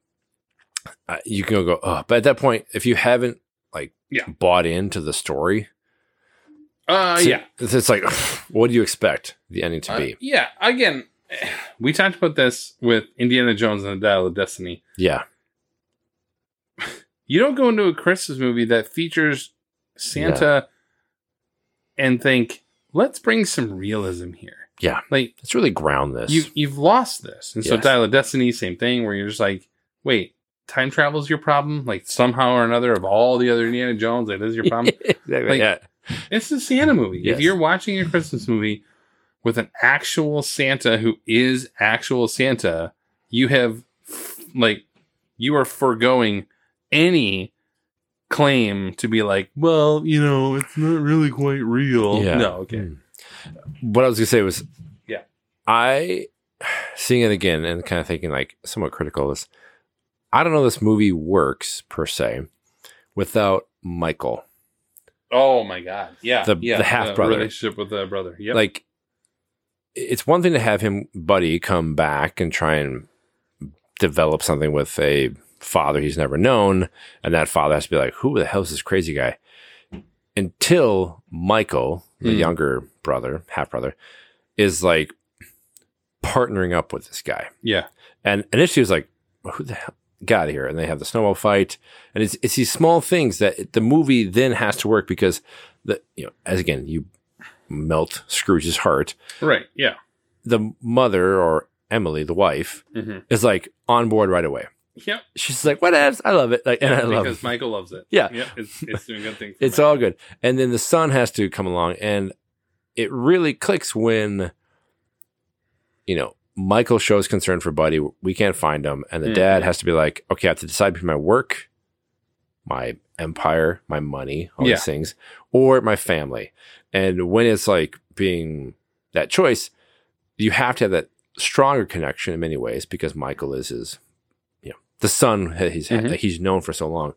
uh, you can go, oh, but at that point, if you haven't like Yeah. bought into the story, Uh, so yeah. it's, it's like, what do you expect the ending to Uh, be? yeah. Again, *sighs* we talked about this with Indiana Jones and the Dial of Destiny. Yeah, You don't go into a Christmas movie that features Santa and think, let's bring some realism here. yeah, Like it's really groundless. you you've lost this. And so Yes. Dial of Destiny, same thing where you're just like, wait, time travel's your problem? Like somehow or another of all the other Indiana Jones, that is your *laughs* problem. *laughs* Exactly, Like, yeah. It's a Santa movie. Yes. If you're watching a Christmas movie with an actual Santa who is actual Santa, you have f- like you are foregoing any claim to be like, well, you know, it's not really quite real. Yeah. No, okay. what I was gonna say was, Yeah. I seeing it again and kind of thinking like somewhat critical is, I don't know this movie works per se without Michael. Oh my god. Yeah. The- yeah. the half-brother. relationship with the brother. Yep. Like, it's one thing to have him, buddy, come back and try and develop something with a father he's never known, and that father has to be like, "Who the hell is this crazy guy?" Until Michael, the Hmm. younger brother, half brother, is like partnering up with this guy. Yeah. And initially, was like, who the hell got here? And they have the snowball fight, and it's it's these small things that the movie then has to work because the you know as again you melt Scrooge's heart. Right. Yeah. The mother or Emily, the wife, Mhm. is like on board right away. Yep. She's like, whatevs, I love it. Like, and *laughs* I love because Michael loves it. Yeah. Yep. It's, it's doing good things. it's all good. And then the son has to come along, and it really clicks when you know Michael shows concern for Buddy. We can't find him, and the Mhm. dad has to be like, okay, I have to decide between my work, my empire, my money, all Yeah. these things, or my family. And when it's like being that choice, you have to have that stronger connection in many ways because Michael is his, you know, the son that he's had, Mhm. that he's known for so long.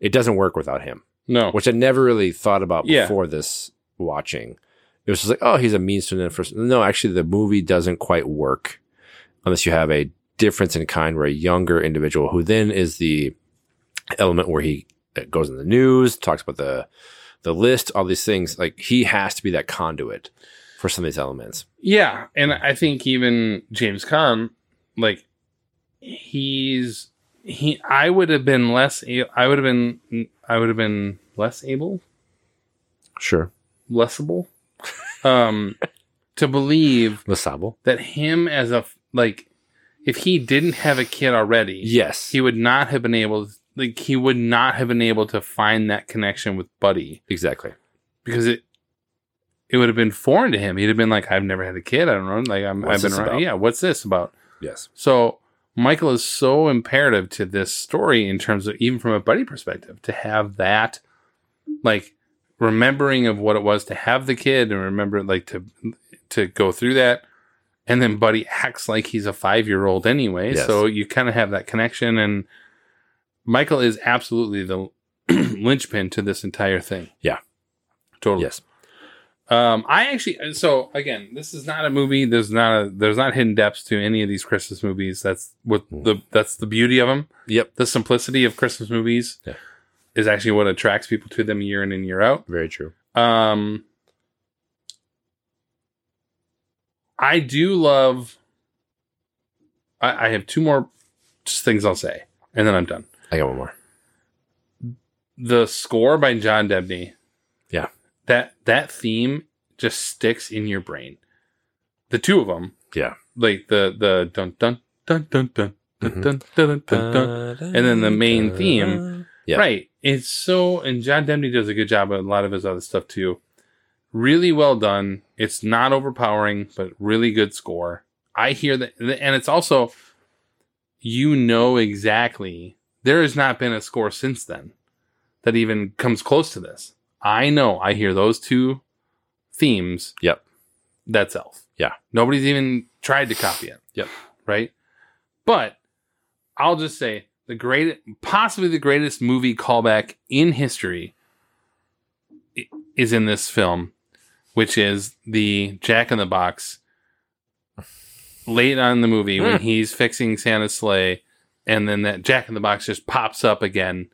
It doesn't work without him. No. which I never really thought about Yeah. before this watching. It was just like, oh, he's a means to an end person. No, actually, the movie doesn't quite work unless you have a difference in kind where a younger individual who then is the element where he that goes in the news, talks about the the list, all these things. Like he has to be that conduit for some of these elements. Yeah, and I think even James Caan, like he's he, I would have been less. a- I would have been. I would have been less able, Sure. *laughs* lessable, um, to believe Lessable. that him as a f- like, if he didn't have a kid already, Yes. he would not have been able. Like he would not have been able to find that connection with Buddy Exactly. because it. It would have been foreign to him. He'd have been like, "I've never had a kid. I don't know. Like, I'm, What's I've been this around. about? Yeah, what's this about?" Yes. So Michael is so imperative to this story in terms of even from a buddy perspective to have that like remembering of what it was to have the kid and remember like to to go through that and then buddy acts like he's a 5-year-old anyway Yes. so you kind of have that connection and Michael is absolutely the *clears throat* linchpin to this entire thing Yeah. totally Yes. um, I actually and so again, this is not a movie. There's not a there's not hidden depths to any of these Christmas movies. That's what the that's the beauty of them. Yep. The simplicity of Christmas movies Yeah. is actually what attracts people to them year in and year out. Very true. Um, I do love. I, I have two more just things I'll say, and then I'm done. I got one more. The score by John Debney. Yeah. that that theme just sticks in your brain. The two of them, Yeah. like the the dun dun dun dun dun dun dun dun dun dun, and then the main theme, Yeah. right? It's so, and John Dempsey does a good job of a lot of his other stuff too. Really well done. It's not overpowering, but really good score. I hear that, and it's also, you know exactly. There has not been a score since then that even comes close to this. I know. I hear those two themes. Yep. That's Elf. Yeah. Nobody's even tried to copy it. Yep. Right. But I'll just say the great, possibly the greatest movie callback in history i- is in this film, which is the Jack in the Box late on in the movie when Hmm. he's fixing Santa's sleigh, and then that Jack in the Box just pops up again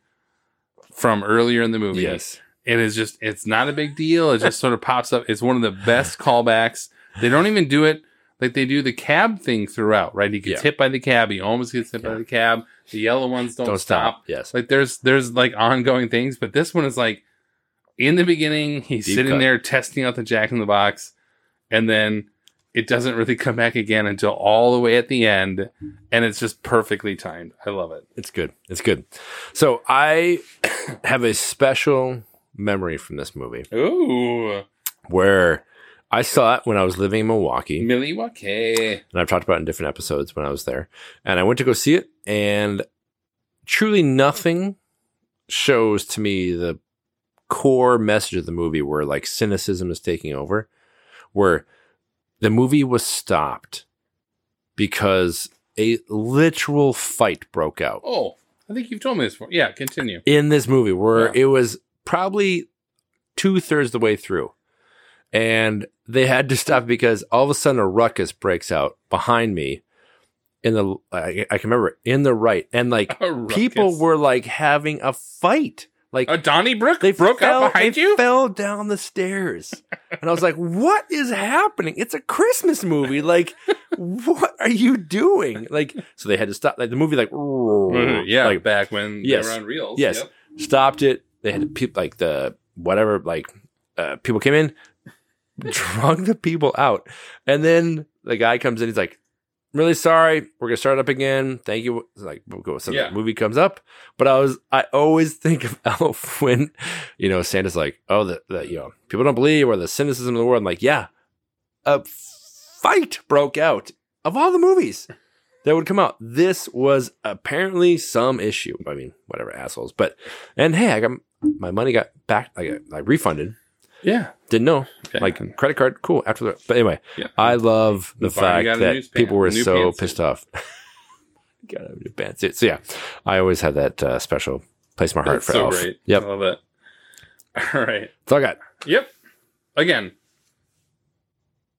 from earlier in the movie Yes. it is just it's not a big deal it just sort of pops up it's one of the best callbacks they don't even do it like they do the cab thing throughout right he gets Yeah. hit by the cab he almost gets hit by the cab the yellow ones don't, Don't stop. stop. Yes. like there's there's like ongoing things but this one is like in the beginning he's Deep sitting cut. there testing out the jack in the box and then it doesn't really come back again until all the way at the end and it's just perfectly timed i love it It's good. It's good. So I *coughs* have a special memory from this movie ooh where I saw it when I was living in Milwaukee, Mm-hmm. and milwaukee I've talked about it in different episodes when I was there. And I went to go see it, and truly nothing shows to me the core message of the movie where like cynicism is taking over, where the movie was stopped because a literal fight broke out. oh i think you've told me this before yeah continue *laughs* in this movie where Yeah. it was probably two thirds the way through. And they had to stop because all of a sudden a ruckus breaks out behind me in the, Oh, I, I can remember in the right. And like A *laughs* ruckus. people were like having a fight Like a Donnybrook they Oh, broke fell, out behind they you. Fell down the stairs, and I was like, "What is happening? It's a Christmas *laughs* movie. Like, what are you doing? Like, so they had to stop. Like the movie, like Mm-hmm. yeah, like back when yes, they were on reels. yes, Yep. stopped it. They had to peop like the whatever, like uh, people came in, *laughs* drug the people out, and then the guy comes in. He's like, really sorry. We're gonna start up again. Thank you. It's Like we'll go. So Yeah. the movie comes up, but I was I always think of *laughs* Elf when you know Santa's like, oh, the, the you know people don't believe or the cynicism of the world. I'm like, yeah, a fight broke out of all the movies that would come out. This was apparently some issue. I mean, whatever assholes. But and hey, I got my money got back. I got like refunded. Yeah. Didn't know. Like credit card, cool. After the but anyway, I love the Barney fact got a new that span- people were new so pantsuit. pissed off. *laughs* got a new pantsuit. So yeah, I always have that uh, special place in my heart That's for so Elf. great. Yep, I love it. *laughs* All right. that's all I got. Yep. Again,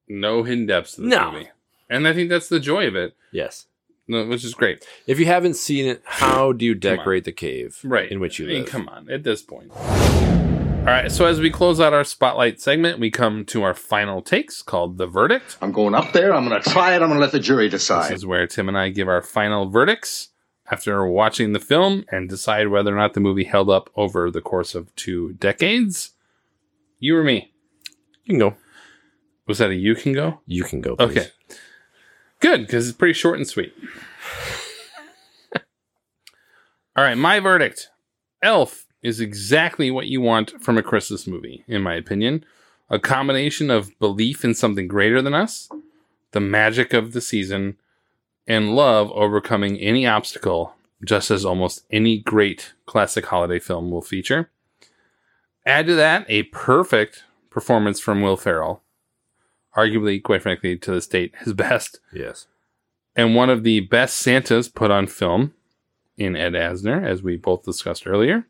no hidden depths to this No. movie, and I think that's the joy of it, Yes. no, which is great. If you haven't seen it, how do you on. decorate the cave Right. in which you I mean, live? come on, at this point. All right. So as we close out our spotlight segment, we come to our final takes called the verdict. I'm going up there. I'm going to try it. I'm going to let the jury decide. This is where Tim and I give our final verdicts after watching the film and decide whether or not the movie held up over the course of two decades. You or me? You can go. Was that a you can go? You can go. Please. Okay. Good, because it's pretty short and sweet. *laughs* All right, my verdict Elf is exactly what you want from a Christmas movie, in my opinion. A combination of belief in something greater than us, the magic of the season, and love overcoming any obstacle, just as almost any great classic holiday film will feature. Add to that a perfect performance from Will Ferrell, arguably, quite frankly, to this date, his best Yes. and one of the best Santas put on film in Ed Asner, as we both discussed earlier.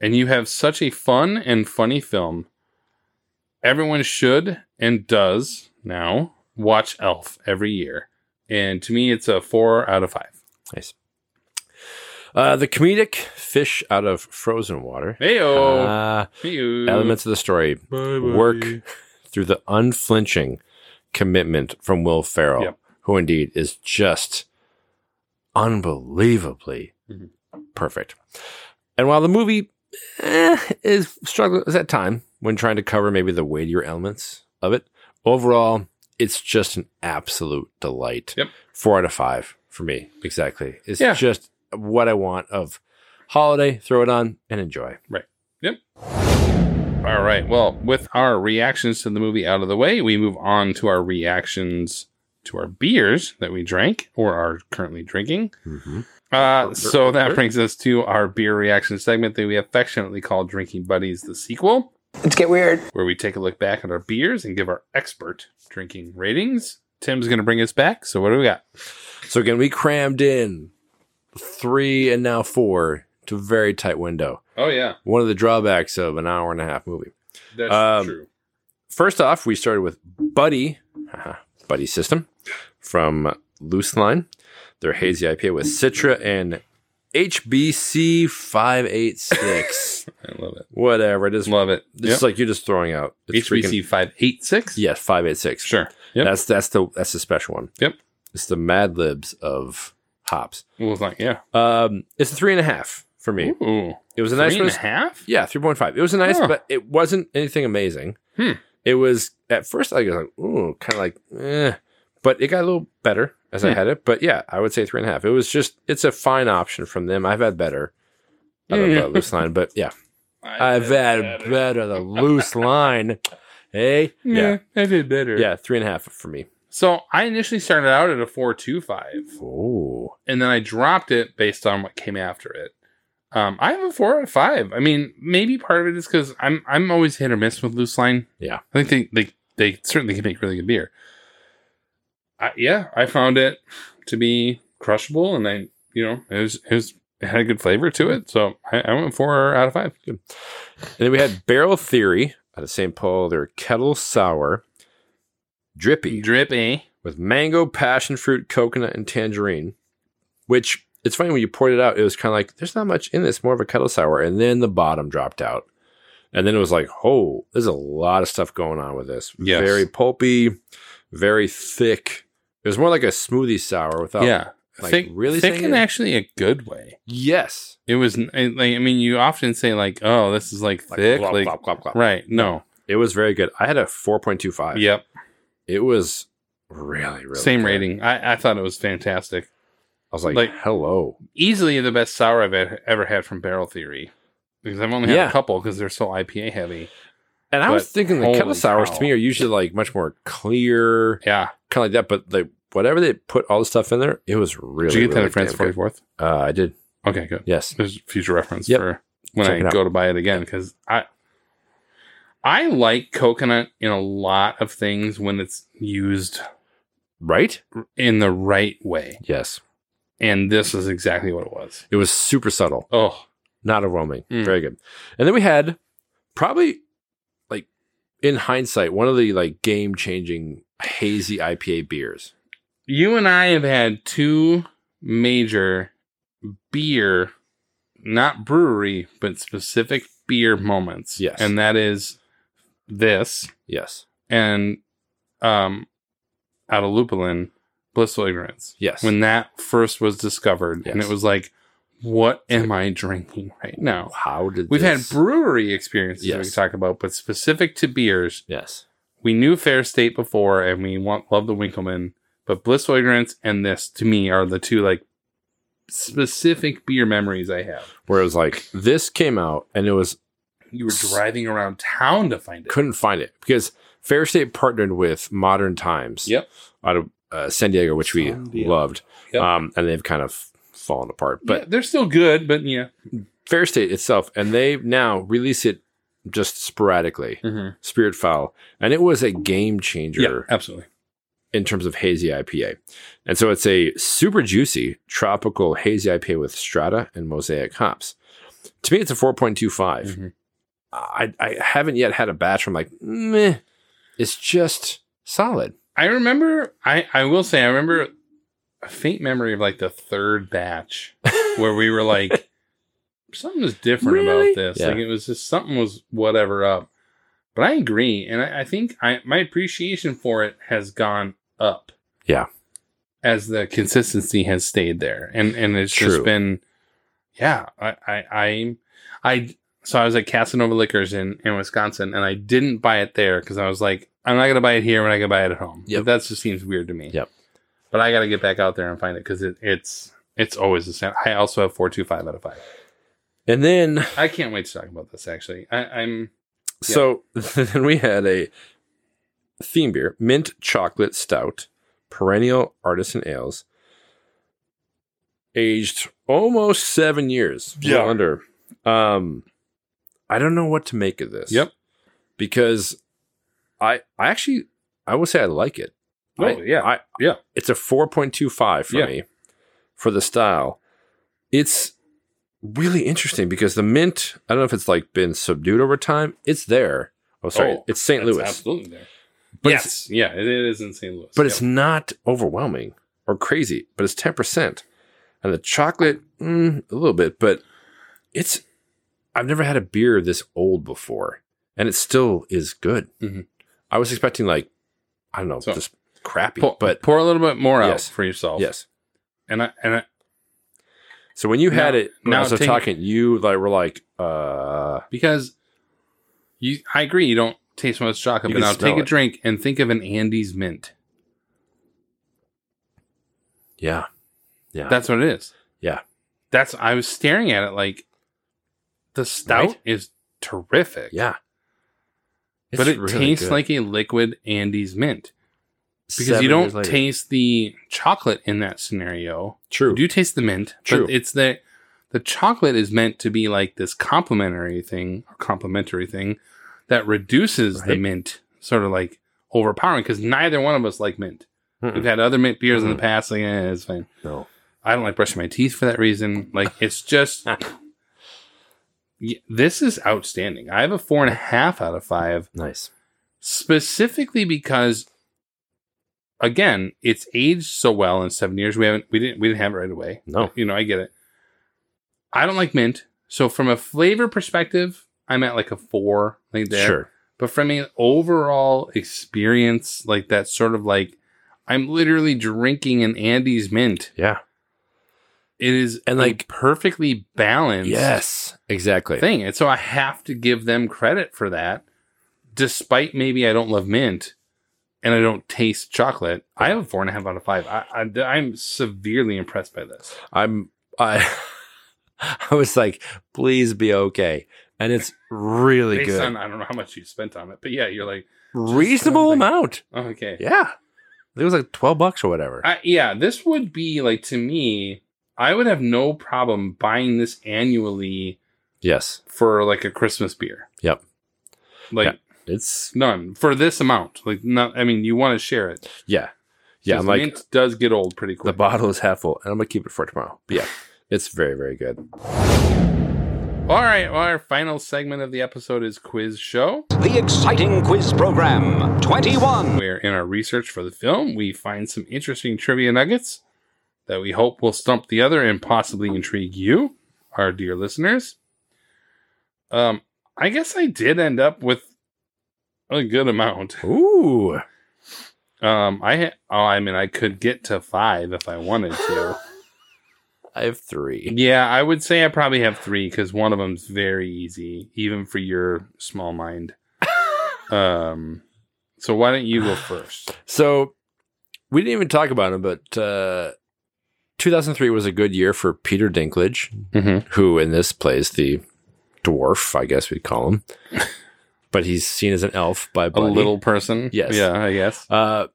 And you have such a fun and funny film. Everyone should and does now watch Elf every year. And to me, it's a four out of five. Nice. Uh, the comedic fish out of frozen water. Heyo. Uh, Heyo. elements of the story buddy. work through the unflinching commitment from Will Ferrell, Yep. who indeed is just unbelievably Mm-hmm. perfect. And while the movie eh, is struggling is at time when trying to cover maybe the weightier elements of it, overall, it's just an absolute delight. Yep. Four out of five for me, exactly. It's Yeah. just what I want of holiday. Throw it on and enjoy. Right. Yep. All right. Well, with our reactions to the movie out of the way, we move on to our reactions to our beers that we drank or are currently drinking. Mm-hmm. Uh, so that brings us to our beer reaction segment that we affectionately call Drinking Buddies the sequel. Let's get weird. Where we take a look back at our beers and give our expert drinking ratings. Tim's going to bring us back. So, what do we got? So again, we crammed in three and now four to a very tight window. Oh, yeah. One of the drawbacks of an hour and a half movie. That's Um, true. First off, we started with Buddy, haha, Buddy System from Loose Line. Their hazy IPA with Citra and HBC five eight *laughs* six. I love it. Whatever it is, Love it. This Yep. is like you're just throwing out It's freaking- HBC 586. Yes, five eight six. Sure. Yep. That's that's the that's the special one. Yep. It's the Mad Libs of hops. Well, it's like, yeah. Um, it's a three and a half for me. Ooh. It was a Three nice and one. a half? Yeah, three point five. It was a nice, Huh. but it wasn't anything amazing. Hmm. It was at first I was like, ooh, kind of like, eh. but it got a little better as I Hmm. had it. But yeah, I would say three and a half. It was just, it's a fine option from them. I've had better out of Yeah. uh, loose line, but *laughs* yeah, I've, had, better. the loose line. Hey, yeah, I did better. yeah, three and a half for me. So I initially started out at a four two five, Oh, and then I dropped it based on what came after it. Um, I have a four out of five. I mean, maybe part of it is because I'm I'm always hit or miss with loose line. yeah, I think they they, they certainly can make really good beer. I, yeah, I found it to be crushable, and I you know it was it was it had a good flavor to it. So I, I went four out of five. good. And then we had Barrel Theory out of St. Paul. Their kettle sour, drippy, Drippy. with mango, passion fruit, coconut, and tangerine, which it's funny when you poured it out, it was kind of like there's not much in this, more of a kettle sour, and then the bottom dropped out, and then it was like, oh, there's a lot of stuff going on with this. Yes. Very pulpy, very thick. It was more like a smoothie sour without, yeah, like thick, really thick saying in it. actually a good way. Yes, it was. n- I- Like I mean, you often say like, "Oh, this is like, Like, thick," glop, like glop, glop, glop. right? No, it was very good. I had a four point two five. Yep. it was really really same good. rating. I, I thought it was fantastic. I was like, Like- hello. Easily the best sour I've e- ever had from Barrel Theory because I've only had Yeah. a couple because they're so IPA heavy. And I was But thinking the kettle holy sours cow. to me are usually like much more clear, yeah, kind of like that. But like whatever they put all the stuff in there, it was really. did you get really that at France damn Forty good. Fourth? Uh, I did. Okay, good. Yes. There's future reference Yep. for when Check it I out. go to buy it again because I I like coconut in a lot of things when it's used right in the right way, Yes, and this is exactly what it was. it was super subtle, Oh, not overwhelming. Mm. Very good. And then we had probably like in hindsight one of the like game changing hazy IPA beers. you and I have had two major beer, not brewery, but specific beer moments. Yes. and that is this Yes. and um, out of Lupulin, blissful ignorance. Yes. when that first was discovered, and Yes. it was like, what am I drinking right now? How did We've this- had brewery experiences we Yes. can talk about, but specific to beers, Yes. we knew Fair State before, and we want, love the Winkleman, but blissful ignorance and this to me are the two like specific beer memories I have. where it was like this came out and it was You were driving around town to find it. couldn't find it because Fair State partnered with Modern Times. Yep. out of uh, San Diego, which we loved. Yep. Um, and they've kind of fallen apart. But But they're still good, but yeah. Fair State itself, and they now release it just sporadically, Mhm. Spirit Foul, and it was a game changer absolutely. in terms of hazy IPA. And so it's a super juicy tropical hazy IPA with strata and mosaic hops. To me, it's a 4.25. Mhm. I, I haven't yet had a batch where I'm like, meh, it's just solid. I remember. I I will say I remember a faint memory of like the third *laughs* batch where we were like something was different about Really? this. Yeah. Like it was just something was whatever up. But I agree, and I, I think I my appreciation for it has gone up Yeah. as the consistency has stayed there, and and it's True. just been yeah. I I I, I so I was at Casanova Liquors in, in Wisconsin, and I didn't buy it there because I was like, I'm not gonna buy it here when I can buy it at home. Yeah, Yep. that just seems weird to me. Yep. But I gotta get back out there and find it because it, it's it's always the same. I also have four two five out of five. And then I can't wait to talk about this. Actually, I, I'm So *laughs* then we had a theme beer, mint chocolate stout, perennial artisan ales, aged almost seven years. a little Yeah. under. Um, I don't know what to make of this. Yep. because I I actually I would say I like it. Oh, I- yeah. I, Yeah. It's a four point two five for Yeah. me for the style. It's really interesting because the mint, I don't know if it's like been subdued over time. It's there. Oh, sorry. Oh, it's St. that's Louis. Absolutely there. But yes, yeah, it is in St. Louis. But it's not overwhelming or crazy, but it's 10%. And the chocolate, mm, a little bit, but it's, I've never had a beer this old before. And it still is good. Mhm. I was expecting like, I don't know, So- just crappy, pour, but pour a little bit more Yes. out for yourself. yes. and I and I, So when you had Now- it, when now I was take- talking, you like were like, uh, because you, I agree. You don't taste much chocolate, You but can now smell take a it. drink and think of an Andes mint. yeah, yeah, That's what it is. yeah. That's I was staring at it like the stout Right? is terrific. Yeah. but it tastes good. like a liquid Andes mint because Seven you years don't later. taste the chocolate in that scenario. True. You do taste the mint. True. But it's that the chocolate is meant to be like this complementary thing or complementary thing that reduces the Right. mint, sort of like overpowering because neither one of us like mint. Mm-mm. We've had other mint beers in Mm-mm. the past. Like, eh, it's fine. *laughs* No. I don't like brushing my teeth for that reason. Like, it's *laughs* just. Y- This is outstanding. I have a four and a half out of five Nice. specifically because again, it's aged so well in seven years. We haven't we didn't we didn't have it right away. No. You know, I get it. I don't like mint. So from a flavor perspective, I'm at like a four, like there. Sure. But from an overall experience, like that sort of like I'm literally drinking an Andes mint. Yeah. It is and like perfectly balanced Yes, exactly. thing. And so I have to give them credit for that. Despite maybe I don't love mint and I don't taste chocolate, I have a four and a half out of five. I, I, I'm severely impressed by this. I'm I *laughs* I was like, please be okay. And it's really Based good. on, I don't know how much you spent on it, but yeah, you're like, Reasonable amount. oh, okay. Yeah. I think It was like twelve bucks or whatever. I, yeah, this would be like to me, I would have no problem buying this annually yes. for like a Christmas beer. Yep. Like, It's none for this amount. Like, not, I mean, you want to share it. yeah. Yeah. 'Cause I'm like mint does get old pretty quick. the bottle is half full and I'm gonna keep it for tomorrow. *laughs* But yeah. It's very, very good. All right, well, our final segment of the episode is quiz show, The exciting quiz program 21. where in our research for the film, we find some interesting trivia nuggets that we hope will stump the other and possibly intrigue you, our dear listeners. Um, I guess I did end up with a good amount. Ooh. Um, I ha- oh, I mean, I could get to five if I wanted to. I have three. yeah, I would say I probably have three because one of them's very easy, even for your small *laughs* mind. um, so why don't you *sighs* go first? So we didn't even talk about him, but uh, 2003 was a good year for Peter Dinklage, Mhm. who in this plays the dwarf, I guess we'd *laughs* call him. but he's seen as an elf by A Buddy, little person, Yes. yeah, I guess. uh,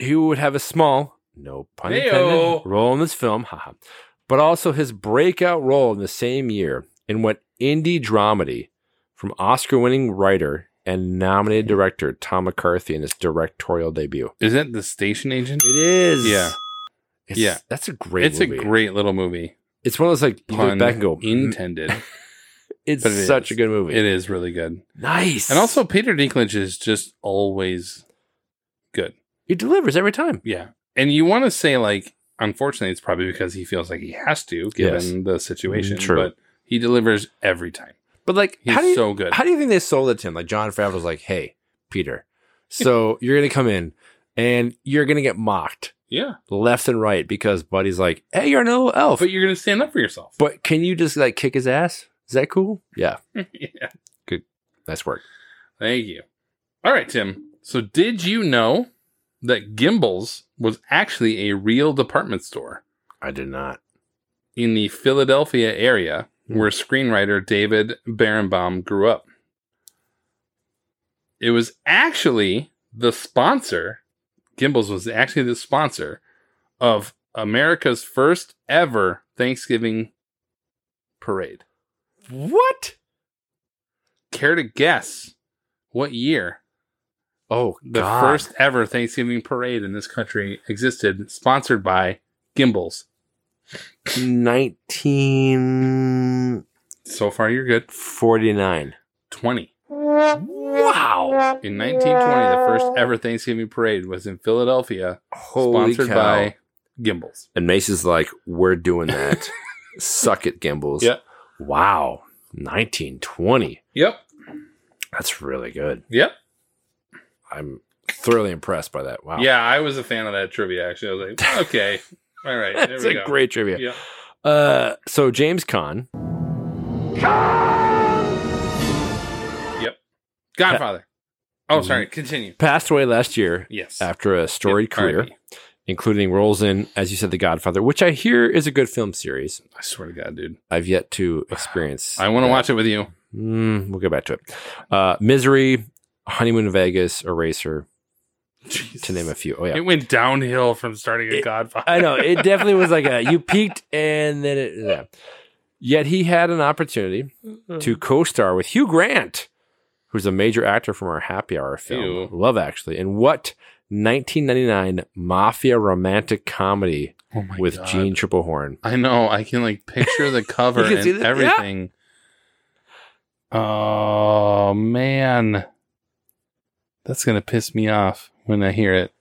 who would have a small, no pun Heyo. intended, role in this film, haha. but also his breakout role in the same year in what indie dramedy from Oscar-winning writer and nominated director Tom McCarthy in his directorial debut. Is it the station agent? It is. Yeah. It's, Yeah. That's a great it's movie. a great little movie. It's one of those like you Pun look back and go, "Mm, *laughs* intended. it's but it is. such a good movie. it is really good, Nice. and also Peter Dinklage is just always good. he delivers every time. Yeah. And you want to say like, unfortunately, it's probably because he feels like he has to, given Yes. the situation. Mm, true. But he delivers every time. But like He's how do you, so good. How do you think they sold it to him? Like John Favreau's like, hey, Peter, so *laughs* you're gonna come in and you're gonna get mocked yeah. left and right because Buddy's like, hey, you're an little elf. But you're gonna stand up for yourself. but can you just like kick his ass? Is that cool? Yeah. *laughs* yeah. Nice work. Thank you. All right, Tim. So did you know that Gimbals was actually a real department store I did not. in the Philadelphia area Hmm. where screenwriter David Barenbaum grew up? It was actually the sponsor. Gimbals was actually the sponsor of America's first ever Thanksgiving parade. What? Care to guess what year Oh, the God. first ever Thanksgiving parade in this country existed, sponsored by Gimbals? 1949. So far, you're good. 20. Wow. In 1920, the first ever Thanksgiving parade was in Philadelphia, Holy sponsored cow. by Gimbals. And Mace's like, we're *laughs* doing that. Suck it, Gimbals. Yeah. Wow. 1920. Yep. That's really good. Yep. I'm thoroughly impressed by that. Wow. Yeah, I was a fan of that trivia, actually. I was *laughs* like, okay. All right. There That's we a go. great trivia. Yep. Uh, so James Caan, Yep. Godfather. Oh, sorry. Continue. passed away last year Yes. Mm-hmm. after a storied Yep, career, R.I.P.. including roles in, as you said, The Godfather, which I hear is a good film series. I swear to God, dude. I've *sighs* yet to experience. I want to that. watch it with you. Mm, we'll get back to it. Uh, Misery, Honeymoon in Vegas, Eraser, to name a few. Oh yeah, It went downhill from starting a Godfather. I know it definitely was like a you peaked and then it. Yeah. Yet he had an opportunity Mm-hmm. to co-star with Hugh Grant, who's a major actor from our Happy Hour film, Ew. Love Actually, and what 1999 mafia romantic comedy *laughs* Oh my with God. Gene Triplehorn. I know. I can like picture *laughs* the cover You can and see the- yeah. everything. Oh man, that's gonna piss me off when I hear it.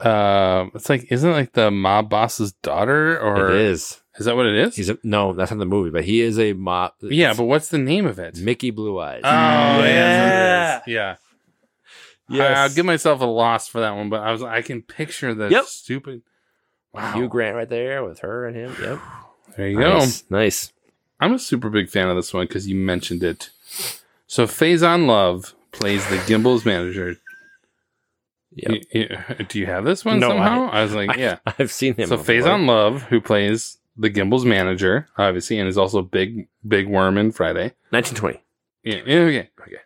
uh, it's like isn't it like the mob boss's daughter or it is. Is that what it is? He's a, no, that's not the movie, but he is a mob. Yeah, but what's the name of it? Mickey Blue Eyes. Oh yeah, Yes, yeah. Yes. I, will give myself a loss for that one, but I was I can picture the Yep. stupid. Wow, Hugh Grant right there with her and him. Yep. there you Nice, go. Nice. I'm a super big fan of this one because you mentioned it. So Faison Love plays the Gimbals manager. Yeah. Do you have this one No, somehow? I- I, was like, I- yeah, *laughs* I've seen him So before. Faison Love, who plays the Gimbals manager, obviously, and is also big, big worm in Friday. 1920. Yeah. yeah, Okay. Okay.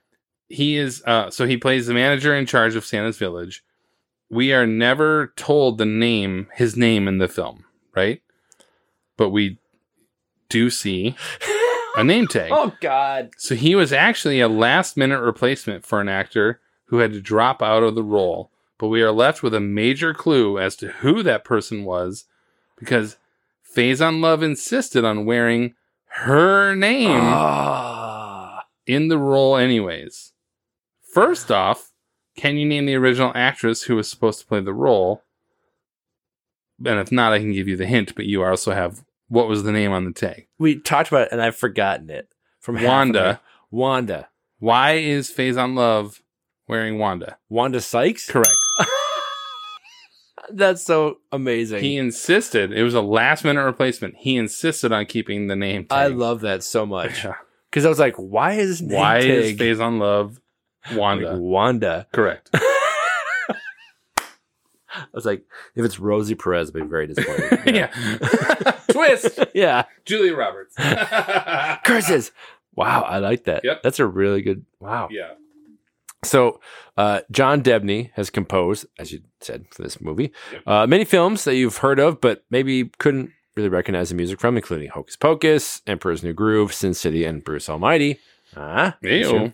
He is. Uh, so he plays the manager in charge of Santa's Village. We are never told the name, his name in the film, right? But we do see a name tag. God. So he was actually a last minute replacement for an actor who had to drop out of the role, but we are left with a major clue as to who that person was because Faison Love insisted on wearing her name in the role, anyways. First off, can you name the original actress who was supposed to play the role? And if not, I can give you the hint, but you also have what was the name on the tag? We talked about it and I've forgotten it. From half Wanda. of it. Wanda. Why is Faison Love wearing Wanda? Wanda Sykes? Correct. *laughs* That's so amazing. He insisted. It was a last minute replacement. He insisted on keeping the name. I tag. love that so much. Yeah. Because I was like, why is his name Why is tag Faison Love Wanda? like Wanda? Correct. *laughs* I was like, if it's Rosie Perez, I'd be very *laughs* disappointed. yeah. *laughs* Twist. yeah. Julia *laughs* Roberts. *laughs* Curses. Wow, I like that. Yep. That's a really good wow. Yeah. So, uh, John Debney has composed, as you said, for this movie, uh, many films that you've heard of, but maybe couldn't really recognize the music from, including Hocus Pocus, Emperor's New Groove, Sin City, and Bruce Almighty. Ah, Ew.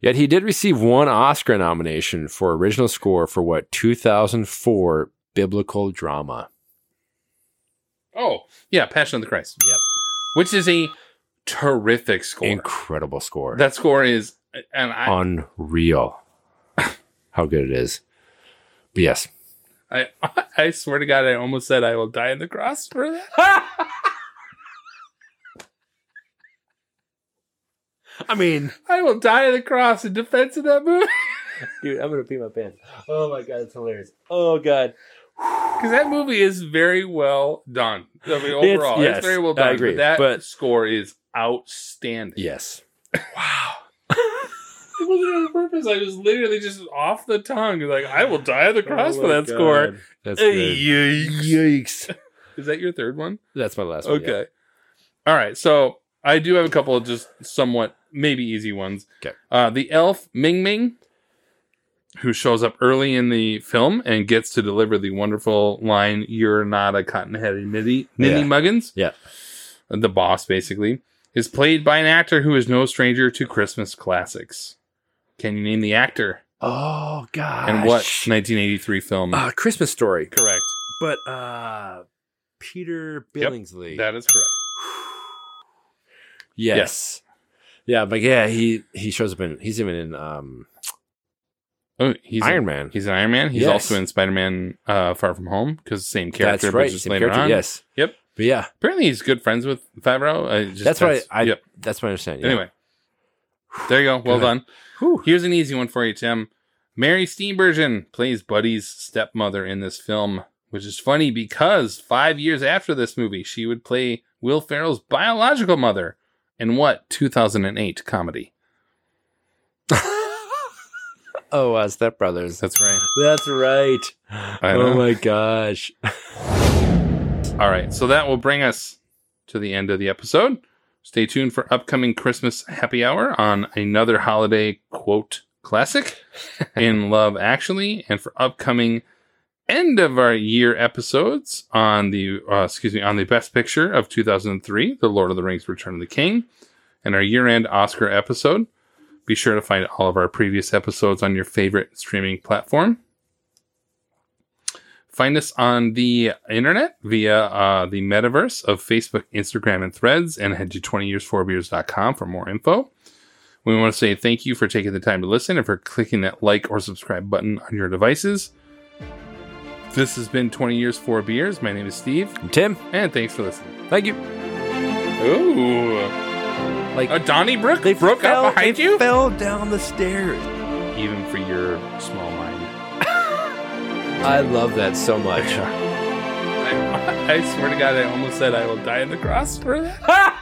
Yet he did receive one Oscar nomination for original score for what 2004 biblical drama. Oh, yeah. Passion of the Christ. Yep. Which is a terrific score. Incredible score. that score is, and I, unreal. How good it is. But yes, I, *laughs* I swear to God, I almost said I will die on the cross for that. *laughs* I mean, I will die on the cross in defense of that movie. *laughs* dude, I'm gonna pee my pants. Oh my god, it's hilarious. Oh god, Because that movie is very well done. I mean, overall, it's, yes, very well I done. agree, But that but- score is outstanding. yes, *laughs* It wasn't on purpose. I was literally just off the tongue. Like, I will die on the cross Oh for my that God. score. That's Hey, good. Yikes! Is that your third one? That's my last one. okay. All right. So I do have a couple of just somewhat maybe easy ones. Okay. Uh, the elf Ming Ming, who shows up early in the film and gets to deliver the wonderful line, "You're not a cotton-headed nitty nitty Yeah. muggins." Yeah. The boss basically is played by an actor who is no stranger to Christmas classics. Can you name the actor Oh god. and what 1983 film? Uh, Christmas story, correct. but uh, Peter Yep, Billingsley. That is correct. yes. Yeah, but yeah, he he shows up in he's even in um Oh, he's Iron a- Man. He's an Iron Man. He's Yes. also in Spider Man uh, Far From Home because same character, that's but right, just same later character, on. yes. Yep. But yeah, Apparently, he's good friends with Favreau. I just, that's, why I Yep. that's my understanding. yeah. Anyway, there you go. Well Good. done. Whew. Here's an easy one for you, Tim. Mary Steenburgen plays Buddy's stepmother in this film, which is funny because five years after this movie, she would play Will Ferrell's biological mother in what 2008 comedy? Oh, uh, Step Brothers. That's right. That's right. know. Oh my gosh. All right, so that will bring us to the end of the episode. Stay tuned for upcoming Christmas happy hour on another holiday quote classic in Love Actually, and for upcoming end of our year episodes on the uh, excuse me on the best picture of 2003, The Lord of the Rings: Return of the King, and our year-end Oscar episode. Be sure to find all of our previous episodes on your favorite streaming platform find us on the internet via uh, the metaverse of Facebook, Instagram, and threads, and head to 20years4beers.com for more info. We want to say thank you for taking the time to listen and for clicking that like or subscribe button on your devices. This has been 20 Years, 4 Beers. My name is Steve. Tim. And thanks for listening. Thank you. Ooh. Like a Donnybrook they broke fell- out behind they you? *laughs* Fell down the stairs. Even for your small mind. *laughs* I love that so *laughs* much. I, I swear to God, I almost said I will die on the cross for that.